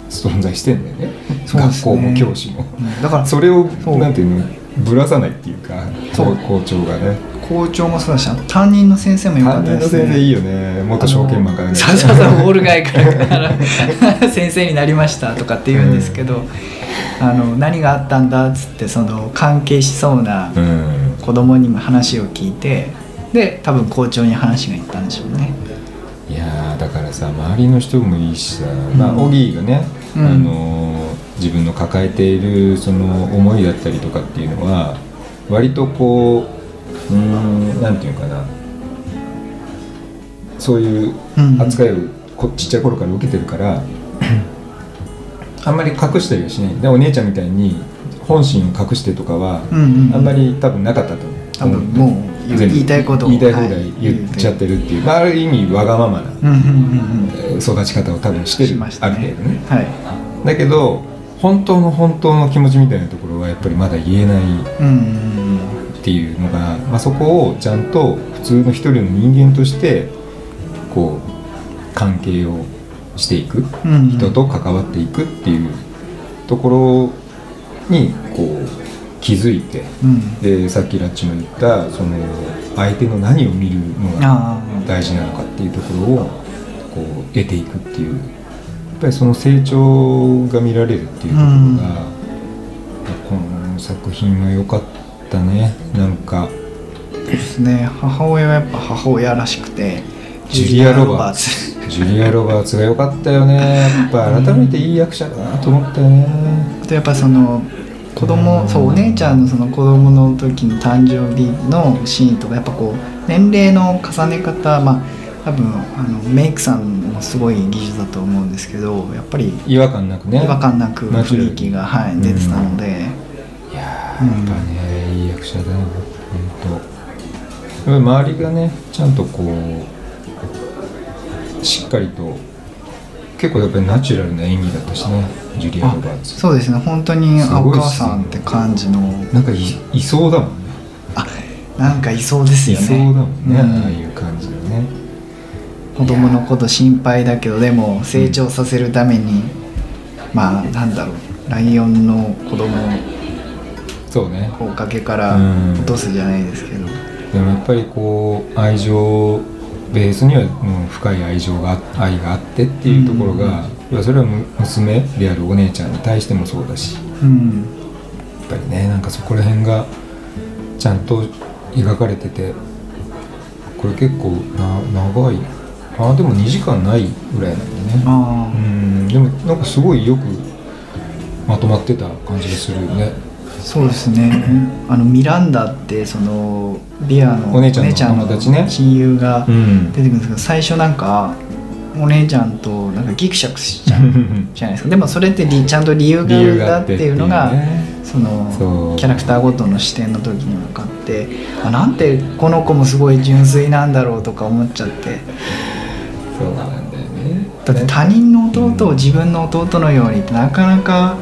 Speaker 1: 存在してんだよね
Speaker 2: そうですね
Speaker 1: 学校も教師も
Speaker 2: だから
Speaker 1: それを
Speaker 2: そう
Speaker 1: なんていうのぶらさないっていうか
Speaker 2: そう
Speaker 1: 校長がね
Speaker 2: 校長もそうだしあの担任の先生も良か
Speaker 1: 担
Speaker 2: った
Speaker 1: 任
Speaker 2: で
Speaker 1: の
Speaker 2: す
Speaker 1: 先生い
Speaker 2: ね
Speaker 1: いよね元証券マンから
Speaker 2: あの
Speaker 1: ね
Speaker 2: そうそうそうオール外から先生になりましたとかって言うんですけど、あの何があったんだっつってその関係しそうな
Speaker 1: うん
Speaker 2: 子供にも話を聞いてで多分校長に話がいったんでしょうね
Speaker 1: いやーだからさ周りの人もいいしさ、まあ、オギーがね、
Speaker 2: うん
Speaker 1: あのー自分の抱えているその思いだったりとかっていうのは割とこううーんなんていうのかなそういう
Speaker 2: うん
Speaker 1: 扱いをこちっちゃい頃から受けてるから、あんまり隠したりはしないでお姉ちゃんみたいに本心を隠してとかは、
Speaker 2: うんうんうん
Speaker 1: あんまり多分なかったと思う。
Speaker 2: 多分もう言う
Speaker 1: 全部
Speaker 2: 言いたいことを
Speaker 1: 言いたい放
Speaker 2: は
Speaker 1: 題
Speaker 2: い
Speaker 1: 言っちゃってるっていう、まあ、ある意味わがままな
Speaker 2: うんうんうんうん
Speaker 1: えー育ち方を多分して
Speaker 2: し
Speaker 1: る
Speaker 2: ましたね
Speaker 1: ある程度ね
Speaker 2: は
Speaker 1: だけど本当の本当の気持ちみたいなところはやっぱりまだ言えない
Speaker 2: いうんうんうん
Speaker 1: っていうのが、まあ、そこをちゃんと普通の一人の人間としてこう関係をしていく
Speaker 2: うんうん
Speaker 1: 人と関わっていくっていうところにこう気づいて
Speaker 2: うん
Speaker 1: でさっきラッチも言ったその相手の何を見るのが
Speaker 2: ああ
Speaker 1: 大事なのかっていうところをこう得ていくっていうやっぱりその成長が見られるっていうところが、
Speaker 2: うん
Speaker 1: この作品は良かったねなんか
Speaker 2: ですね母親はやっぱ母親らしくて
Speaker 1: ジュリア・ロバーツジュリア・ロバーツが良かったよねやっぱ改めていい役者だなと思ったよね、
Speaker 2: あとやっぱその子供そうお姉ちゃんのその子供の時の誕生日のシーンとかやっぱこう年齢の重ね方まあ多分あのメイクさんもすごい技術だと思うんですけどやっぱり
Speaker 1: 違和感なくね
Speaker 2: 違和感なく
Speaker 1: ナチュラル
Speaker 2: 雰囲気が、は
Speaker 1: う
Speaker 2: い、
Speaker 1: ん
Speaker 2: 出てたので、
Speaker 1: いやーやっぱね、いい役者だよ本当やっぱり周りがねちゃんとこうしっかりと結構やっぱりナチュラルな演技だったしねジュリア・ロバーツ
Speaker 2: そうですね本当に
Speaker 1: す
Speaker 2: あお
Speaker 1: ごいっすね
Speaker 2: 母さんって感じの
Speaker 1: なんかいいそうだもんね
Speaker 2: あなんかいそうです
Speaker 1: い
Speaker 2: よね
Speaker 1: そうだもんね、
Speaker 2: うん
Speaker 1: ああいう感じのね
Speaker 2: 子供のこと心配だけどでも成長させるために、まあなんだろうライオンの子供
Speaker 1: そうね
Speaker 2: をおかけから
Speaker 1: うん
Speaker 2: 落とすじゃないですけど、
Speaker 1: でもやっぱりこう愛情ベースにはもう深い愛情があ愛があってっていうところが、いやそれはむ娘であるお姉ちゃんに対してもそうだし
Speaker 2: うん、
Speaker 1: やっぱりねなんかそこら辺がちゃんと描かれててこれ結構な長いあでも2時間ないぐらいなんでね
Speaker 2: あ
Speaker 1: う
Speaker 2: あ
Speaker 1: んでもなんかすごいよくまとまってた感じがするよね
Speaker 2: そうですねあのミランダってそのビアの
Speaker 1: お姉ちゃんの友
Speaker 2: の
Speaker 1: 達ね
Speaker 2: 親友が
Speaker 1: ん
Speaker 2: 出てくるんですけど最初なんかお姉ちゃんとなんかギクシャクしちゃうじゃないですかでもそれってりちゃんと理由があるんだっていうのが
Speaker 1: 理由があってっていうね
Speaker 2: その
Speaker 1: そう
Speaker 2: キャラクターごとの視点の時に分かってあなんてこの子もすごい純粋なんだろうとか思っちゃって
Speaker 1: そうなんだよね
Speaker 2: だって他人の弟を自分の弟のようにってなかなか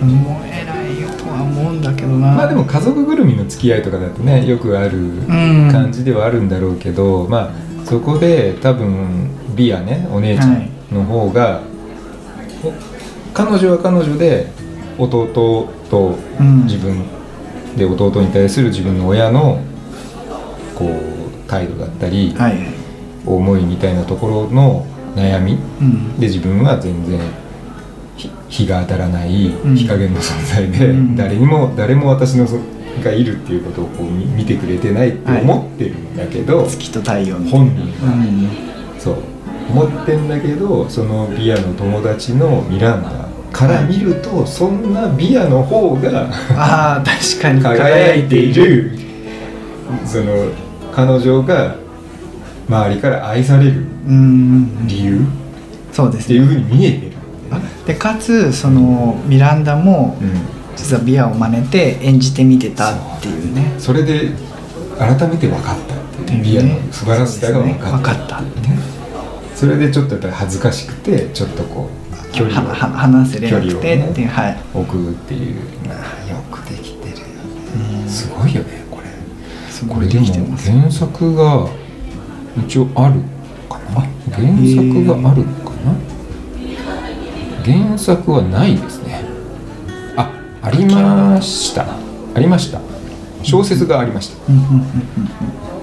Speaker 2: 思えないよとは思うんだけどな
Speaker 1: まあでも家族ぐるみの付き合いとかだとねよくある
Speaker 2: うん
Speaker 1: 感じではあるんだろうけど、まあそこで多分ビアねお姉ちゃんの方が、お彼女は彼女で弟と
Speaker 2: うん
Speaker 1: 自分で弟に対する自分の親のこう態度だったり、
Speaker 2: はいはい
Speaker 1: 思いみたいなところの悩み
Speaker 2: うん
Speaker 1: で自分は全然ひ日が当たらない
Speaker 2: ん
Speaker 1: 日陰の存在で、
Speaker 2: うん
Speaker 1: 誰にも誰も私のそがいるっていうことをこう見見てくれてないって思ってるんだけど、
Speaker 2: 月と太陽みたい
Speaker 1: 本人
Speaker 2: な
Speaker 1: は、そう思ってんだけどそのビアの友達のミランダから見ると、そんなビアの方が
Speaker 2: ああ確か
Speaker 1: <laughs>
Speaker 2: に
Speaker 1: 輝いているその彼女が周りから愛される
Speaker 2: うん
Speaker 1: 理由
Speaker 2: そうで
Speaker 1: っ
Speaker 2: す
Speaker 1: て
Speaker 2: ね
Speaker 1: いうふうに見えてる、
Speaker 2: あでかつそのミランダも実はビアを真似て演じてみてたっていうね
Speaker 1: それで改めて分かったっていう、
Speaker 2: ね
Speaker 1: ビアの素晴らしさが分かった,、
Speaker 2: そうですね
Speaker 1: それでちょっとやっぱり恥ずかしくてちょっとこう距離
Speaker 2: はは
Speaker 1: を
Speaker 2: 話せれなくてっていう、
Speaker 1: 距離をね
Speaker 2: はい、
Speaker 1: 置くっていうよくできてるよ
Speaker 2: うん
Speaker 1: すごいよねこれ
Speaker 2: す
Speaker 1: こ
Speaker 2: ご
Speaker 1: れ
Speaker 2: い
Speaker 1: で
Speaker 2: できて
Speaker 1: も
Speaker 2: ます
Speaker 1: 原作が一応あるかな原作があるのかな原作はないですねあありましたありました小説がありました
Speaker 2: うんうんうんうん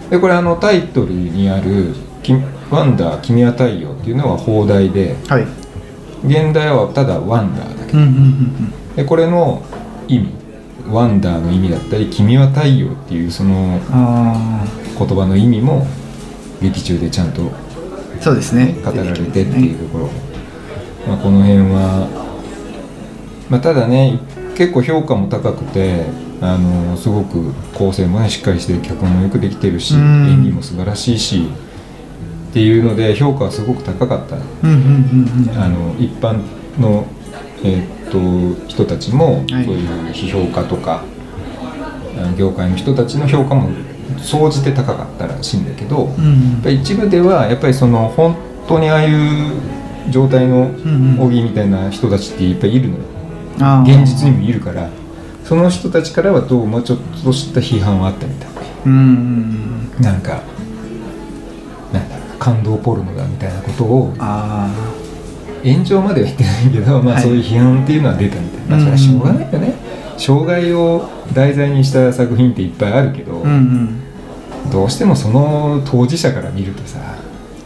Speaker 1: でこれあのタイトルにあるき「ワンダー君は太陽」っていうのは放題で
Speaker 2: はい
Speaker 1: 現代はただ「ワンダー」だけ
Speaker 2: うんうんうん
Speaker 1: でこれの意味「ワンダー」の意味だったり「君は太陽」っていうその
Speaker 2: うんあ
Speaker 1: 言葉の意味も劇中でちゃんと
Speaker 2: あそうですね
Speaker 1: 語られてって
Speaker 2: 出きますね
Speaker 1: いうところ、まあ、この辺は、まあ、ただね結構評価も高くてあのすごく構成もねしっかりして脚本もよくできてるし
Speaker 2: うん
Speaker 1: 演技も素晴らしいしっていうので評価はすごく高かった、
Speaker 2: うんうんうんうん
Speaker 1: あの一般の、えーっと人たちもそう
Speaker 2: はい
Speaker 1: いう批評家とか、あの業界の人たちの評価も総じて高かったらしいんだけど、
Speaker 2: うん
Speaker 1: やっぱり一部ではやっぱりその本当にああいう状態の
Speaker 2: んうん
Speaker 1: オギみたいな人たちっていっぱいいるのよ、
Speaker 2: ああ
Speaker 1: 現実にもいるからその人たちからはどうもちょっとした批判はあったみたい
Speaker 2: うんうん
Speaker 1: なんかなんだろうな感動ポルノだみたいなことを
Speaker 2: あ
Speaker 1: 炎上までは言ってないけど、まあ、
Speaker 2: はい
Speaker 1: そういう批判っていうのは出たみたいな、まあ、それはしょうがないよね、障害を題材にした作品っていっぱいあるけど、
Speaker 2: うんうん
Speaker 1: どうしてもその当事者から見るとさ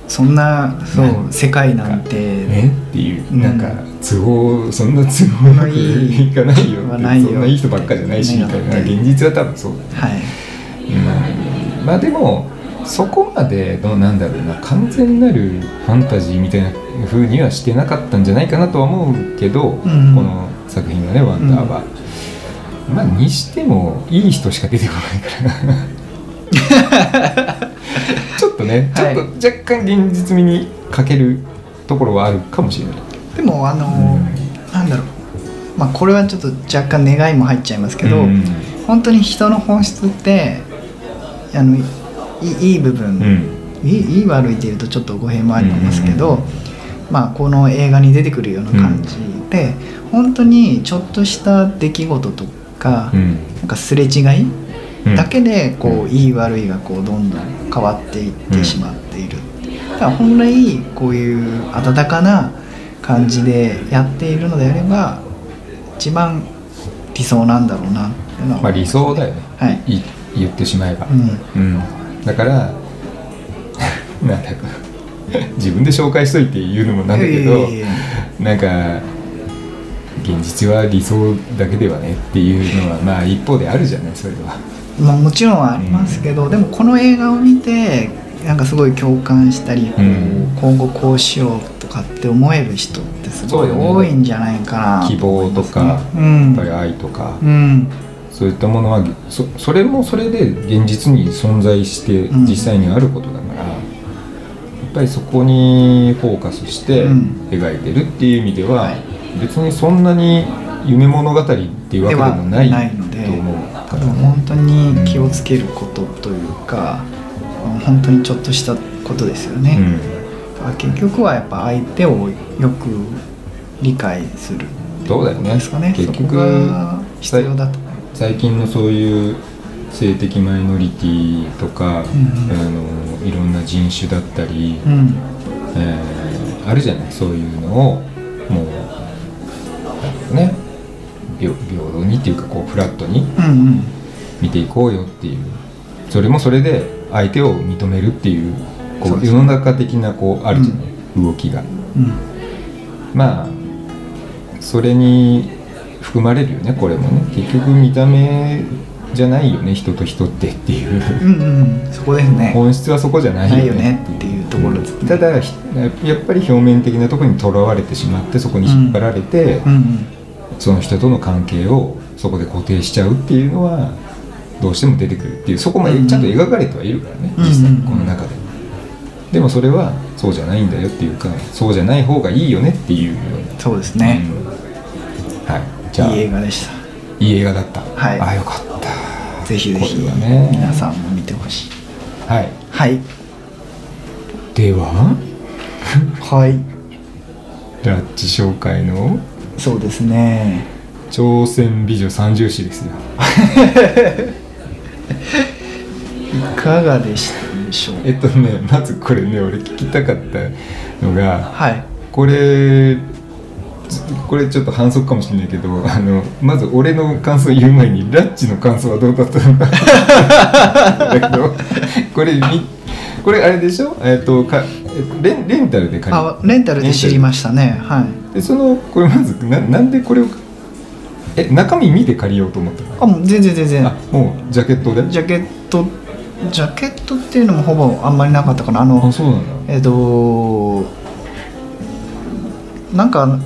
Speaker 2: そんなそ
Speaker 1: なんか
Speaker 2: う世界なんて
Speaker 1: ねっていう、
Speaker 2: うん
Speaker 1: なんか都合そんな都合なくいかないよって
Speaker 2: まあないよ
Speaker 1: そんないい人ばっかじゃないしみたいな
Speaker 2: ないよって
Speaker 1: 現実は多分そうだ
Speaker 2: はい
Speaker 1: うんまあでもそこまでどうなんだろうな完全なるファンタジーみたいな風にはしてなかったんじゃないかなとは思うけど、
Speaker 2: んうん
Speaker 1: この作品はね「ワンダーは」まあにしてもいい人しか出てこない
Speaker 2: <laughs>
Speaker 1: からちょっとねちょっと
Speaker 2: はい
Speaker 1: 若干現実味に欠けるところはあるかもしれない。
Speaker 2: でもあのなんだろうまあこれはちょっと若干願いも入っちゃいますけど、
Speaker 1: うん
Speaker 2: 本当に人の本質ってあのいいいい部分、
Speaker 1: うん
Speaker 2: いいいい悪いっていうとちょっと語弊もありますけ
Speaker 1: う
Speaker 2: ど、
Speaker 1: んうん
Speaker 2: まあ、この映画に出てくるような感じで、本当にちょっとした出来事とか,、
Speaker 1: うん
Speaker 2: なんかすれ違い
Speaker 1: うん
Speaker 2: だけでこう、
Speaker 1: うん
Speaker 2: いい悪いがこうどんどん変わっていっ
Speaker 1: うん
Speaker 2: てしまっている、だから本来こういう温かな感じでやっているのであれば一番理想なんだろうなっていうのは、
Speaker 1: まあ理想だよね、
Speaker 2: はい
Speaker 1: い言ってしまえば。
Speaker 2: うん
Speaker 1: うん、だから <laughs> なんだか自分で紹介しといて言うのもなんだけど
Speaker 2: いやいやいやい
Speaker 1: なんか現実は理想だけではねっていうのはまあ一方であるじゃないそれは。
Speaker 2: やまあ、もちろんありますけど、でもこの映画を見てなんかすごい共感したり、こう
Speaker 1: うん
Speaker 2: 今後こうしようとかって思える人ってすご
Speaker 1: そ
Speaker 2: い
Speaker 1: うだね
Speaker 2: 多いんじゃないかな
Speaker 1: 希望とか、
Speaker 2: う
Speaker 1: やっ
Speaker 2: ん
Speaker 1: ぱり愛とか、
Speaker 2: うん
Speaker 1: そういったものはそそれもそれで現実に存在して
Speaker 2: うん
Speaker 1: 実際にあることだから、やっぱりそこにフォーカスして
Speaker 2: うん
Speaker 1: 描いてるっていう意味では、
Speaker 2: はい
Speaker 1: 別にそんなに夢物語っていうわけでもない
Speaker 2: ではないので
Speaker 1: と思う
Speaker 2: 多
Speaker 1: から
Speaker 2: 分本当に気をつけることというか、本当にちょっとしたことですよ
Speaker 1: う
Speaker 2: ね、
Speaker 1: ん
Speaker 2: だから結局はやっぱ相手をよく理解する
Speaker 1: そうだよね
Speaker 2: ですかね
Speaker 1: 結
Speaker 2: そこが
Speaker 1: 局
Speaker 2: 必要だと
Speaker 1: 最近のそういう性的マイノリティとか、
Speaker 2: うん
Speaker 1: あのいろんな人種だったり、
Speaker 2: うん
Speaker 1: えーあるじゃないそういうのをもうなんだろうね平平等にっていうかこうフラットに
Speaker 2: うんうん
Speaker 1: 見ていこうよっていうそれもそれで相手を認めるっていうこ
Speaker 2: そう
Speaker 1: う
Speaker 2: です
Speaker 1: 世
Speaker 2: ね
Speaker 1: の中的なこうあるじゃない、動きが
Speaker 2: うん
Speaker 1: まあそれに含まれるよねこれもね結局見た目じゃないよね人と人ってっていう
Speaker 2: うんうんそこですね
Speaker 1: 本質はそこじゃない
Speaker 2: ない
Speaker 1: よ
Speaker 2: よ
Speaker 1: ね
Speaker 2: ねっていうところですね
Speaker 1: ただひやっぱり表面的なところにとらわれてしまってそこに引っ張られて、
Speaker 2: うんうん
Speaker 1: その人との関係をそこで固定しちゃうっていうのはどうしても出てくるっていうそこまで
Speaker 2: うんうん
Speaker 1: ちゃんと描かれてはいるからね、
Speaker 2: うんうん
Speaker 1: 実際この中ででもそれはそうじゃないんだよっていうかそうじゃない方がいいよねっていうような、
Speaker 2: そうです
Speaker 1: う
Speaker 2: ね、
Speaker 1: んはいじゃあ
Speaker 2: いい
Speaker 1: いい
Speaker 2: 映
Speaker 1: 映
Speaker 2: 画でし
Speaker 1: 画だった、
Speaker 2: はい
Speaker 1: ああよかった
Speaker 2: たぜひぜひ
Speaker 1: これはね
Speaker 2: 皆さんも見てほしい
Speaker 1: はい
Speaker 2: はい
Speaker 1: では
Speaker 2: はい
Speaker 1: ラッチ紹介の
Speaker 2: そうですね
Speaker 1: 朝鮮美女三重詩ですよ <laughs>
Speaker 2: いかがでしたでしょう
Speaker 1: えっとねまずこれね俺聞きたかったのが
Speaker 2: はい
Speaker 1: これずこれちょっと反則かもしれないけどあのまず俺の感想言う前にラッチの感想はどうだったのか <laughs> だけどこれみこれあれでしょえっとかレンレンタルで借り
Speaker 2: あレンタルで知りましたねはい
Speaker 1: でそのこれまずななんでこれをえ中身見て借りようと思ったの
Speaker 2: あもう全然全然
Speaker 1: あもうジャケットで
Speaker 2: ジャケットジャケットっていうのもほぼあんまりなかったかなあの
Speaker 1: あそうなんだ
Speaker 2: えっ、となんか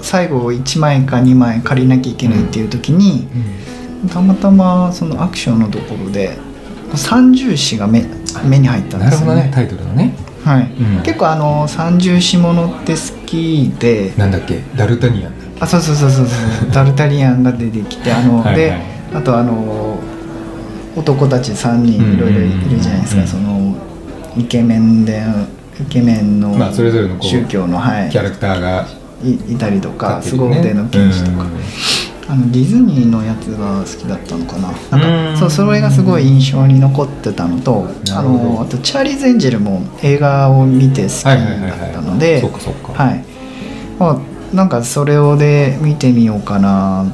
Speaker 2: 最後1枚か2枚借りなきゃいけないっていう時に、たまたまそのアクションのところで三重詩が目目に入ったん
Speaker 1: な
Speaker 2: で
Speaker 1: る
Speaker 2: す
Speaker 1: ほど
Speaker 2: よ
Speaker 1: ねタイトルのね
Speaker 2: はい
Speaker 1: うん
Speaker 2: 結構あの三重詩ものって好きで
Speaker 1: なんだっけダルタニアンだ
Speaker 2: あそうそうそうそうそうタルタリアンが出てきてあの
Speaker 1: はいはい
Speaker 2: であとあの男たち3人いろいろいるじゃないですか、
Speaker 1: うん
Speaker 2: そのイケメンでイケメンの
Speaker 1: まあそれぞれのこう
Speaker 2: 宗教の、はい
Speaker 1: キャラクターが
Speaker 2: いいたりとか
Speaker 1: 立って
Speaker 2: す
Speaker 1: る
Speaker 2: ご
Speaker 1: よね
Speaker 2: 腕の剣士とか、
Speaker 1: うん
Speaker 2: あのディズニーのやつが好きだったのかなな
Speaker 1: う
Speaker 2: ん
Speaker 1: ん
Speaker 2: かそうそれがすごい印象に残ってたのと
Speaker 1: な
Speaker 2: あ
Speaker 1: るほど
Speaker 2: のあとチャーリーズ・エンジェルも映画を見て好きだったので、
Speaker 1: そうかそうか、
Speaker 2: はい、まあなんかそれをで見てみようかな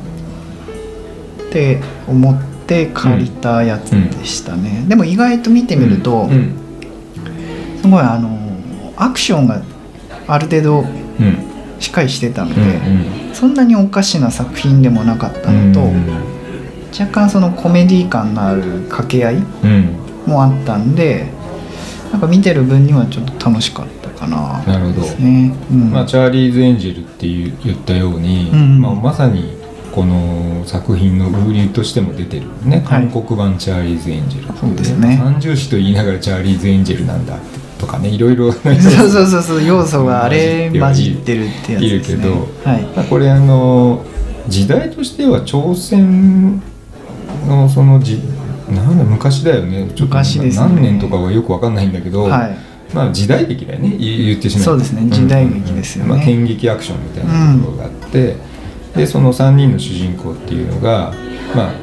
Speaker 2: って思って借りたやつでしたね、でも意外と見てみる
Speaker 1: う
Speaker 2: と、
Speaker 1: ん
Speaker 2: すごいあのアクションがある程度
Speaker 1: うん
Speaker 2: しっかりしてたので、
Speaker 1: うん
Speaker 2: そんなにおかしな作品でもなかったのと、若干そのコメディ感のある掛け合い
Speaker 1: うんうん
Speaker 2: もあったんでなんか見てる分にはちょっと楽しかったかな
Speaker 1: なるほど
Speaker 2: ですね。うん
Speaker 1: まあ、チャーリーズ・エンジェルっていう言ったように、
Speaker 2: うん
Speaker 1: まあ、まさにこの作品の売りとしても出てるね
Speaker 2: はい
Speaker 1: 韓国版チャーリーズ・エンジェルってい
Speaker 2: そうですね
Speaker 1: 三重視と言いながらチャーリーズ・エンジェルなんだとかねいろいろ
Speaker 2: そうそうそうそう要素があれ混じってるってやつですね。
Speaker 1: いるけ
Speaker 2: はい。
Speaker 1: これあの時代としては朝鮮のそのじなんだ昔だよねちょっと
Speaker 2: 昔ですね
Speaker 1: 何年とかはよくわかんないんだけど、
Speaker 2: はい。
Speaker 1: まあ時代劇だよね言言ってしまえば
Speaker 2: そうですね時代劇ですよね
Speaker 1: まあ、剣劇アクションみたいなところがあって、でその3人の主人公っていうのが、まあ、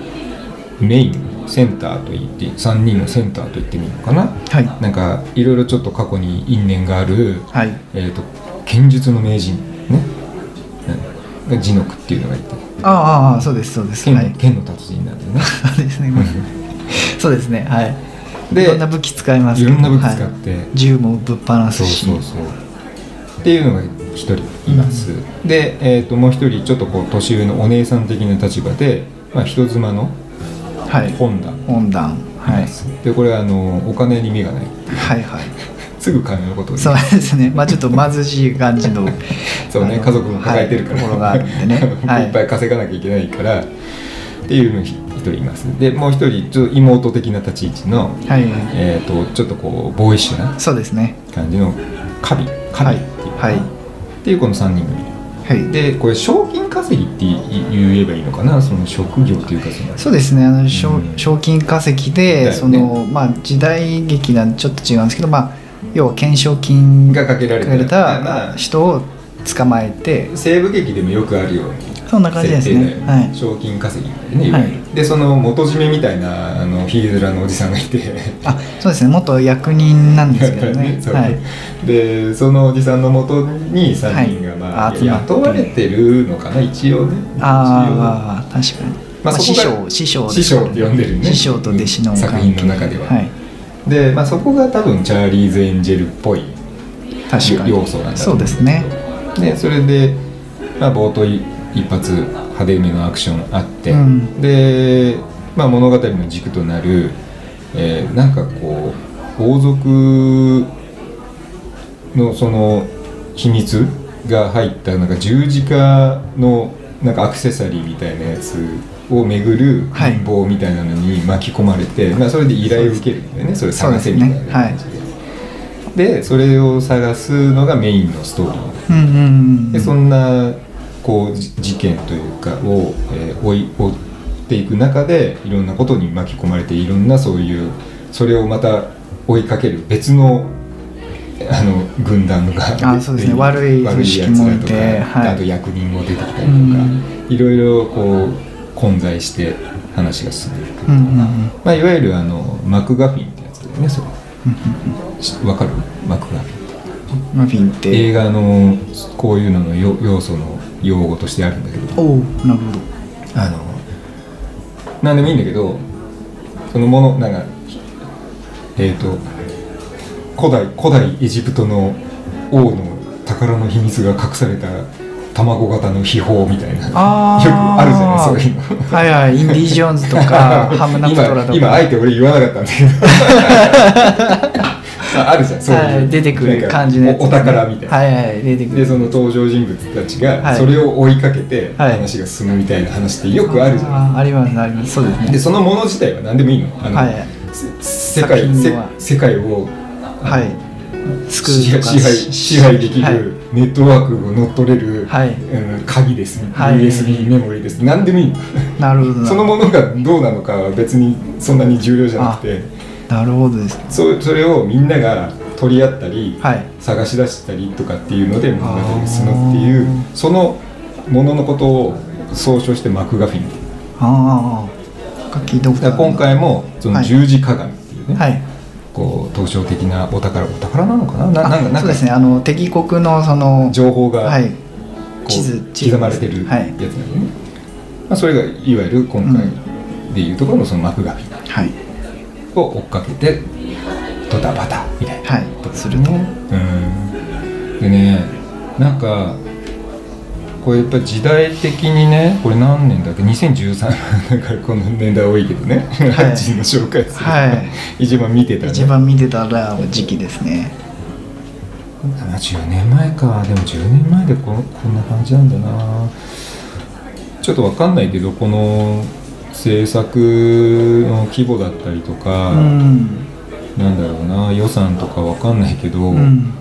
Speaker 1: メインセンターと言って3人のセンターと言ってみるのかな
Speaker 2: はい。
Speaker 1: なんかいろいろちょっと過去に因縁がある、
Speaker 2: はい。
Speaker 1: えー、と剣術の名人ね、うん、がジノクっていうのがいて
Speaker 2: ああああそうですそうです。
Speaker 1: 剣,、
Speaker 2: はい。 <laughs>
Speaker 1: 剣の達人なんでね
Speaker 2: そうですね。そうで
Speaker 1: <laughs>
Speaker 2: すねはい。
Speaker 1: で
Speaker 2: いろんな武器使います
Speaker 1: い
Speaker 2: け
Speaker 1: ろ
Speaker 2: ど。
Speaker 1: んな武器使
Speaker 2: は
Speaker 1: っ
Speaker 2: い
Speaker 1: て、
Speaker 2: 銃もぶっ放
Speaker 1: そ
Speaker 2: す
Speaker 1: う
Speaker 2: し。
Speaker 1: そうそうっていうのが1人います、で、えー、ともう1人ちょっとこう年上のお姉さん的な立場で、まあ、人妻の
Speaker 2: はい。
Speaker 1: 本田い
Speaker 2: 温暖。はい
Speaker 1: ま。す、でこれはあのお金に目がない
Speaker 2: はいはい。
Speaker 1: すぐ金のことを
Speaker 2: そうですね。まあちょっと貧しい感じの。
Speaker 1: <laughs> そうね
Speaker 2: あの
Speaker 1: 家族も抱えてるから、
Speaker 2: はいところがあるんでねはい
Speaker 1: <laughs> いっぱい稼がなきゃいけないからっていうの1人いますでもう1人ちょっと妹的な立ち位置の、
Speaker 2: はい。
Speaker 1: えー、とちょっとこうボーイッシュな
Speaker 2: そうですね。
Speaker 1: 感じのカビカビっていうのかな、
Speaker 2: はいはい
Speaker 1: っていうこの3人組
Speaker 2: はい。
Speaker 1: でこれ賞金稼ぎって言えばいいのかなその職業というかその
Speaker 2: そうですねあの、しょ
Speaker 1: うん
Speaker 2: 賞金稼ぎ
Speaker 1: だよ
Speaker 2: で、
Speaker 1: ね
Speaker 2: そのまあ、時代劇なんでちょっと違うんですけど、まあ、要は懸賞金
Speaker 1: がかけられ
Speaker 2: くれ
Speaker 1: て
Speaker 2: た人を捕まえて
Speaker 1: 西部劇でもよくあるように
Speaker 2: そんな感じです
Speaker 1: 設定だよ
Speaker 2: ね。はい
Speaker 1: ね、賞金稼ぎみたいなねい
Speaker 2: は
Speaker 1: わ
Speaker 2: い
Speaker 1: ゆるでその元締めみたいなあのヒーズラのおじさんがいて
Speaker 2: あそうですね元役人なんですけどね
Speaker 1: <laughs> そう
Speaker 2: はい
Speaker 1: でそのおじさんのもとに3人が、
Speaker 2: はい
Speaker 1: まあ、
Speaker 2: 集まって
Speaker 1: 雇われてるのかな一応ね
Speaker 2: ああ確かに、
Speaker 1: まあ
Speaker 2: まあ、
Speaker 1: そ
Speaker 2: 師
Speaker 1: こが
Speaker 2: 匠師匠です
Speaker 1: 師匠って呼んでるね
Speaker 2: 師匠と弟子の関係
Speaker 1: 作品の中では
Speaker 2: はい、
Speaker 1: 一応で、まあ、そこが多分チャーリーズ・エンジェルっぽい
Speaker 2: 確かに
Speaker 1: 要素なんだと
Speaker 2: そ
Speaker 1: 思
Speaker 2: うんで
Speaker 1: だけど
Speaker 2: すね
Speaker 1: でそれで、まあ、冒頭い一発派手めのアクションあって、
Speaker 2: うん
Speaker 1: で、まあ、物語の軸となる、えーなんかこう王族のその秘密が入ったなんか十字架のなんかアクセサリーみたいなやつを巡る
Speaker 2: はい
Speaker 1: 陰謀みたいなのに巻き込まれて、まあ、それで依頼を受けるんだよねそれ探せみたいな感じで。でそれを探すのがメインのストーリー
Speaker 2: うんうんうん
Speaker 1: でそんなこうじ事件というかを、えー追い追っていく中でいろんなことに巻き込まれていろんなそういうそれをまた追いかける別のあの軍団が
Speaker 2: あそうですね悪い
Speaker 1: 悪
Speaker 2: 組
Speaker 1: いや
Speaker 2: 織
Speaker 1: つ
Speaker 2: も
Speaker 1: ら
Speaker 2: い
Speaker 1: と
Speaker 2: て
Speaker 1: か、
Speaker 2: はい
Speaker 1: あと役人も出てきたりとか、
Speaker 2: うん
Speaker 1: いろいろこう混在して話が進んでいく、
Speaker 2: うんうんうん
Speaker 1: まあ、いわゆるあのマクガフィンってやつだよねそれ
Speaker 2: うん
Speaker 1: しわかるマクガフィン
Speaker 2: うんマフィンって
Speaker 1: 映画のこういうののよ要素の用語としてあるんだけど
Speaker 2: おおなるほど
Speaker 1: あの何でもいいんだけどそのものなんかえっ、と古代古代エジプトの王の宝の秘密が隠された卵型の秘宝みたいなよく
Speaker 2: あー
Speaker 1: あるじゃないそういうの。
Speaker 2: はいはい、インディ・ジョーンズとか、
Speaker 1: <laughs>
Speaker 2: ハムナプトラと
Speaker 1: 今今あ
Speaker 2: か、
Speaker 1: えて俺言わなかったんだけど
Speaker 2: <laughs>
Speaker 1: ああるじゃんそういう、
Speaker 2: はい、出てく
Speaker 1: なん
Speaker 2: る
Speaker 1: か
Speaker 2: 感じのやつ、
Speaker 1: おお宝みたいな、
Speaker 2: はいはい、出てく
Speaker 1: で
Speaker 2: る。
Speaker 1: その登場人物たち
Speaker 2: は
Speaker 1: が
Speaker 2: い
Speaker 1: それを追いかけて
Speaker 2: はい
Speaker 1: 話が進むみたいな話ってよくあるじゃん、
Speaker 2: あーあります、あります。そうですね。
Speaker 1: でそのもの自体は何でもいいのあの、
Speaker 2: はいはい
Speaker 1: せ世界
Speaker 2: 作
Speaker 1: せ
Speaker 2: 品は
Speaker 1: 世界を
Speaker 2: はい。スク
Speaker 1: 支配
Speaker 2: ールとか
Speaker 1: 支配支配でき
Speaker 2: はい
Speaker 1: るネットワークを乗っ取れる、
Speaker 2: はい
Speaker 1: うん鍵です、
Speaker 2: はい
Speaker 1: USB メモリーです何でもいいの
Speaker 2: なるほどな。
Speaker 1: そのものがどうなのかは別にそんなに重要じゃなくて
Speaker 2: なるほどです。
Speaker 1: そうそれをみんなが取り合ったり、
Speaker 2: はい。
Speaker 1: 探し出したりとかっていうので物語が進
Speaker 2: あー
Speaker 1: むっていうそのもののことを総称してマクガフィンだ
Speaker 2: ああ、なんか聞いたことあ
Speaker 1: から
Speaker 2: る。
Speaker 1: 今回もその
Speaker 2: はい
Speaker 1: 十字鏡っていうね、
Speaker 2: はい。
Speaker 1: こう東証的なお宝お宝なのかなな
Speaker 2: あ
Speaker 1: なんかなん
Speaker 2: そ
Speaker 1: か
Speaker 2: うですね、あの敵国のその、
Speaker 1: 情報が
Speaker 2: はい。
Speaker 1: こう
Speaker 2: 地図地図
Speaker 1: 刻まれてる
Speaker 2: は
Speaker 1: やつないんでね、まあ、それがいわゆる今回でいうところのそのマクガフィナ
Speaker 2: はい
Speaker 1: を追っかけてドタバタみたいな、
Speaker 2: はいすると
Speaker 1: うんでねなんかこれやっぱ時代的にねこれ何年だっけ2013なんかこの年代多いけどね、 <laughs>
Speaker 2: はい
Speaker 1: 人の紹介する、
Speaker 2: は
Speaker 1: 一番見てた、ね、
Speaker 2: 一番見てたら時期ですね
Speaker 1: まあ10年前かでも10年前でここんな感じなんだなちょっとわかんないけどこの制作の規模だったりと
Speaker 2: う
Speaker 1: か、
Speaker 2: ん
Speaker 1: なんだろうな予算とかわかんないけど、
Speaker 2: うん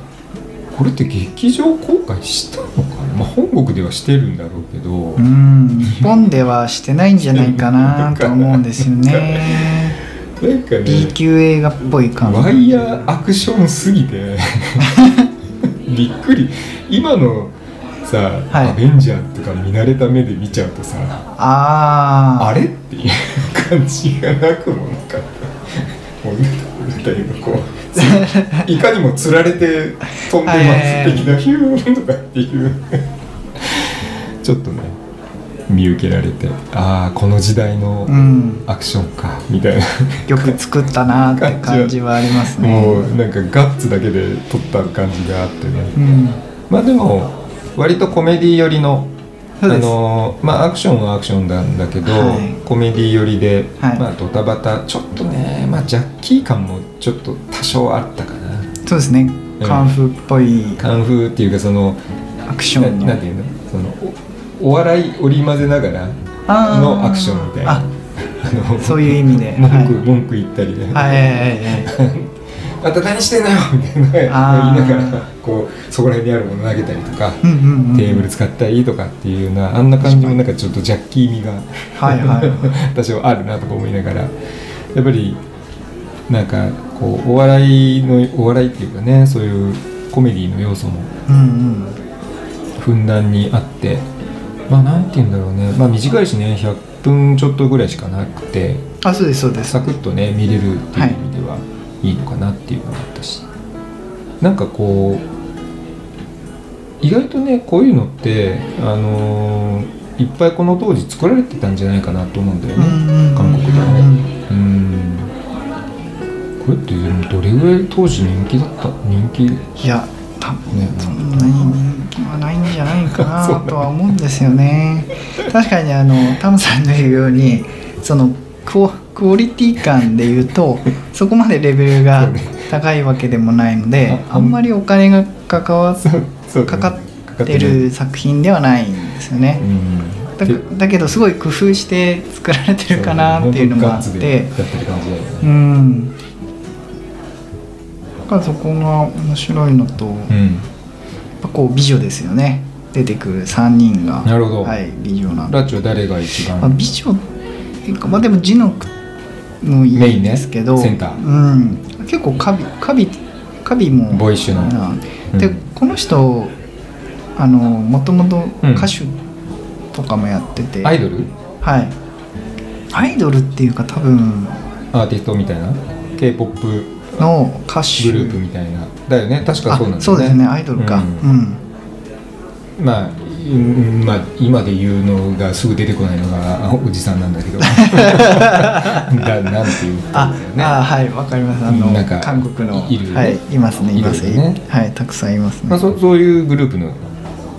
Speaker 1: これって劇場公開したのかな、まあ、本国ではしてるんだろうけど、
Speaker 2: うん日本ではしてないんじゃないかなと思うんですよね
Speaker 1: なんか
Speaker 2: B
Speaker 1: ね
Speaker 2: 級映画っぽい感じ
Speaker 1: ワイヤーアクションすぎ
Speaker 2: <laughs>
Speaker 1: てびっくり今のさ、
Speaker 2: はい
Speaker 1: アベンジャー」とか見慣れた目で見ちゃうとさあ
Speaker 2: ああ
Speaker 1: れっていう感じがなくもなかった。もうなんだ今こうつ <laughs> いかにも釣られて飛んでます
Speaker 2: はい
Speaker 1: 的なヒューンとかっていうちょっとね見受けられてああこの時代の
Speaker 2: うん
Speaker 1: アクションかみたいな、
Speaker 2: よく作ったなって感じはありますね
Speaker 1: もうなんかガッツだけで撮った感じがあってね
Speaker 2: うん
Speaker 1: まあでも割とコメディ寄りのあ
Speaker 2: そうです
Speaker 1: のーまあアクションはアクションなんだけど、
Speaker 2: はい
Speaker 1: コメディ寄りで、
Speaker 2: はい
Speaker 1: まあドタバタちょっとねまあジャッキー感もちょっと多少あったかな
Speaker 2: そうですね
Speaker 1: うん
Speaker 2: カンフーっぽい
Speaker 1: カンフーっていうかその
Speaker 2: アクション
Speaker 1: な
Speaker 2: の
Speaker 1: なんていうのそのおお笑い織り交ぜながら
Speaker 2: あー
Speaker 1: のアクションみたいな
Speaker 2: あ
Speaker 1: あの
Speaker 2: そういう意味で
Speaker 1: 文句、
Speaker 2: はい
Speaker 1: 文句言ったりね、
Speaker 2: はいはいはいはい
Speaker 1: あんた何してんのよみたいな言い
Speaker 2: あー
Speaker 1: ながらこうそこら辺にあるもの投げたりとか、
Speaker 2: うんうんうん
Speaker 1: テーブル使ったりとかっていうようなあんな感じもなんかちょっとジャッキー味が
Speaker 2: はいはいは
Speaker 1: <laughs> 私はあるなとか思いながらやっぱりなんかこうお笑いのお笑いっていうかねそういうコメディの要素も
Speaker 2: うんうん
Speaker 1: ふんだんにあってまあなんて言うんだろうねまあ短いしね100分ちょっとぐらいしかなくて
Speaker 2: あそうですそうです
Speaker 1: サクッとね見れるっていう意味ではいいのかなっていうのがあったし、なんかこう意外とねこういうのってあのーいっぱいこの当時作られてたんじゃないかなと思うんだよね、韓国ではねうんこれってでもどれぐらい当時人気だった人気ね
Speaker 2: いや多分そん
Speaker 1: な
Speaker 2: なに人気はないんじゃない
Speaker 1: <laughs>
Speaker 2: かなとは思うんですよね確かにあのタムさんの言うようにそのクオクオリティ感で言う
Speaker 1: <laughs>
Speaker 2: とそこまでレベルが高いわけでもないので
Speaker 1: あ
Speaker 2: あんまりお金がかかわ
Speaker 1: そうそう
Speaker 2: かか
Speaker 1: かかっ
Speaker 2: っ
Speaker 1: て
Speaker 2: て
Speaker 1: る
Speaker 2: る作品ではないんですよ
Speaker 1: う
Speaker 2: ね
Speaker 1: ん
Speaker 2: だ
Speaker 1: で
Speaker 2: だけどすごい工夫して作られてるかなっていうのもあっ
Speaker 1: そうね
Speaker 2: て
Speaker 1: 本当にガッツでやってる感じだよ
Speaker 2: う
Speaker 1: ね
Speaker 2: んだからそこが面白いのと、やっぱこう美女ですよね出てくる3人が
Speaker 1: なるほど
Speaker 2: はい美女な
Speaker 1: うんん
Speaker 2: で、
Speaker 1: ラッチは誰が一
Speaker 2: まあ、
Speaker 1: 番
Speaker 2: 美女っていうかまあでもジノクもい
Speaker 1: メイン
Speaker 2: いん
Speaker 1: ね
Speaker 2: ですけど、
Speaker 1: センター
Speaker 2: うん、結構カビカビカビも
Speaker 1: ボーイッシュな
Speaker 2: な
Speaker 1: うん
Speaker 2: でこの人あのもともと
Speaker 1: うん
Speaker 2: 歌手とかもやってて、
Speaker 1: アイドル
Speaker 2: はいアイドルっていうか多分
Speaker 1: アーティストみたいな k p o p グ
Speaker 2: の歌手
Speaker 1: ループみたいなだよね確か
Speaker 2: あ
Speaker 1: そうなんだよね
Speaker 2: そうですねアイドルか
Speaker 1: うん
Speaker 2: うん、
Speaker 1: まあ、うんまあ今で言うのがすぐ出てこないのが <laughs> おじさんなん
Speaker 2: <laughs>
Speaker 1: だけどだなんていうか
Speaker 2: あ、あはいわかりますあの
Speaker 1: うんなんか
Speaker 2: 韓国の
Speaker 1: いいるよね
Speaker 2: はいいますねいます
Speaker 1: いるよね
Speaker 2: はいたくさんいますね、
Speaker 1: まあ、そそういうグループの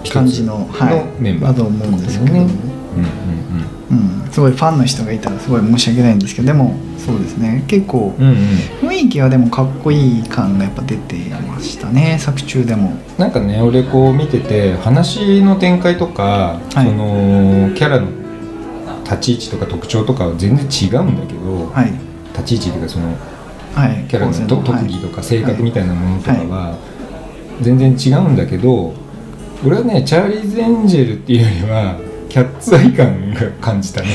Speaker 1: 一つ
Speaker 2: 感じのはい
Speaker 1: のメンバー
Speaker 2: だと思うんですけど
Speaker 1: うんうん
Speaker 2: ね
Speaker 1: うん
Speaker 2: うん、すごいファンの人がいたらすごい申し訳ないんですけどでもそうですね結構
Speaker 1: うんうん
Speaker 2: 雰囲気はでもかっこいい感がやっぱ出てましたね作中でも
Speaker 1: なんかね俺こう見てて話の展開とか、
Speaker 2: はい
Speaker 1: そのキャラの立ち位置とか特徴とかは全然違うんだけど、
Speaker 2: はい
Speaker 1: 立ち位置っていうかその
Speaker 2: はい
Speaker 1: キャラの
Speaker 2: 構成
Speaker 1: と特技とか性格みたいなものとかは全然違うんだけど、俺はねチャーリーズ・エンジェルっていうよりはキャッツアイ感が感
Speaker 2: <laughs>
Speaker 1: じたね、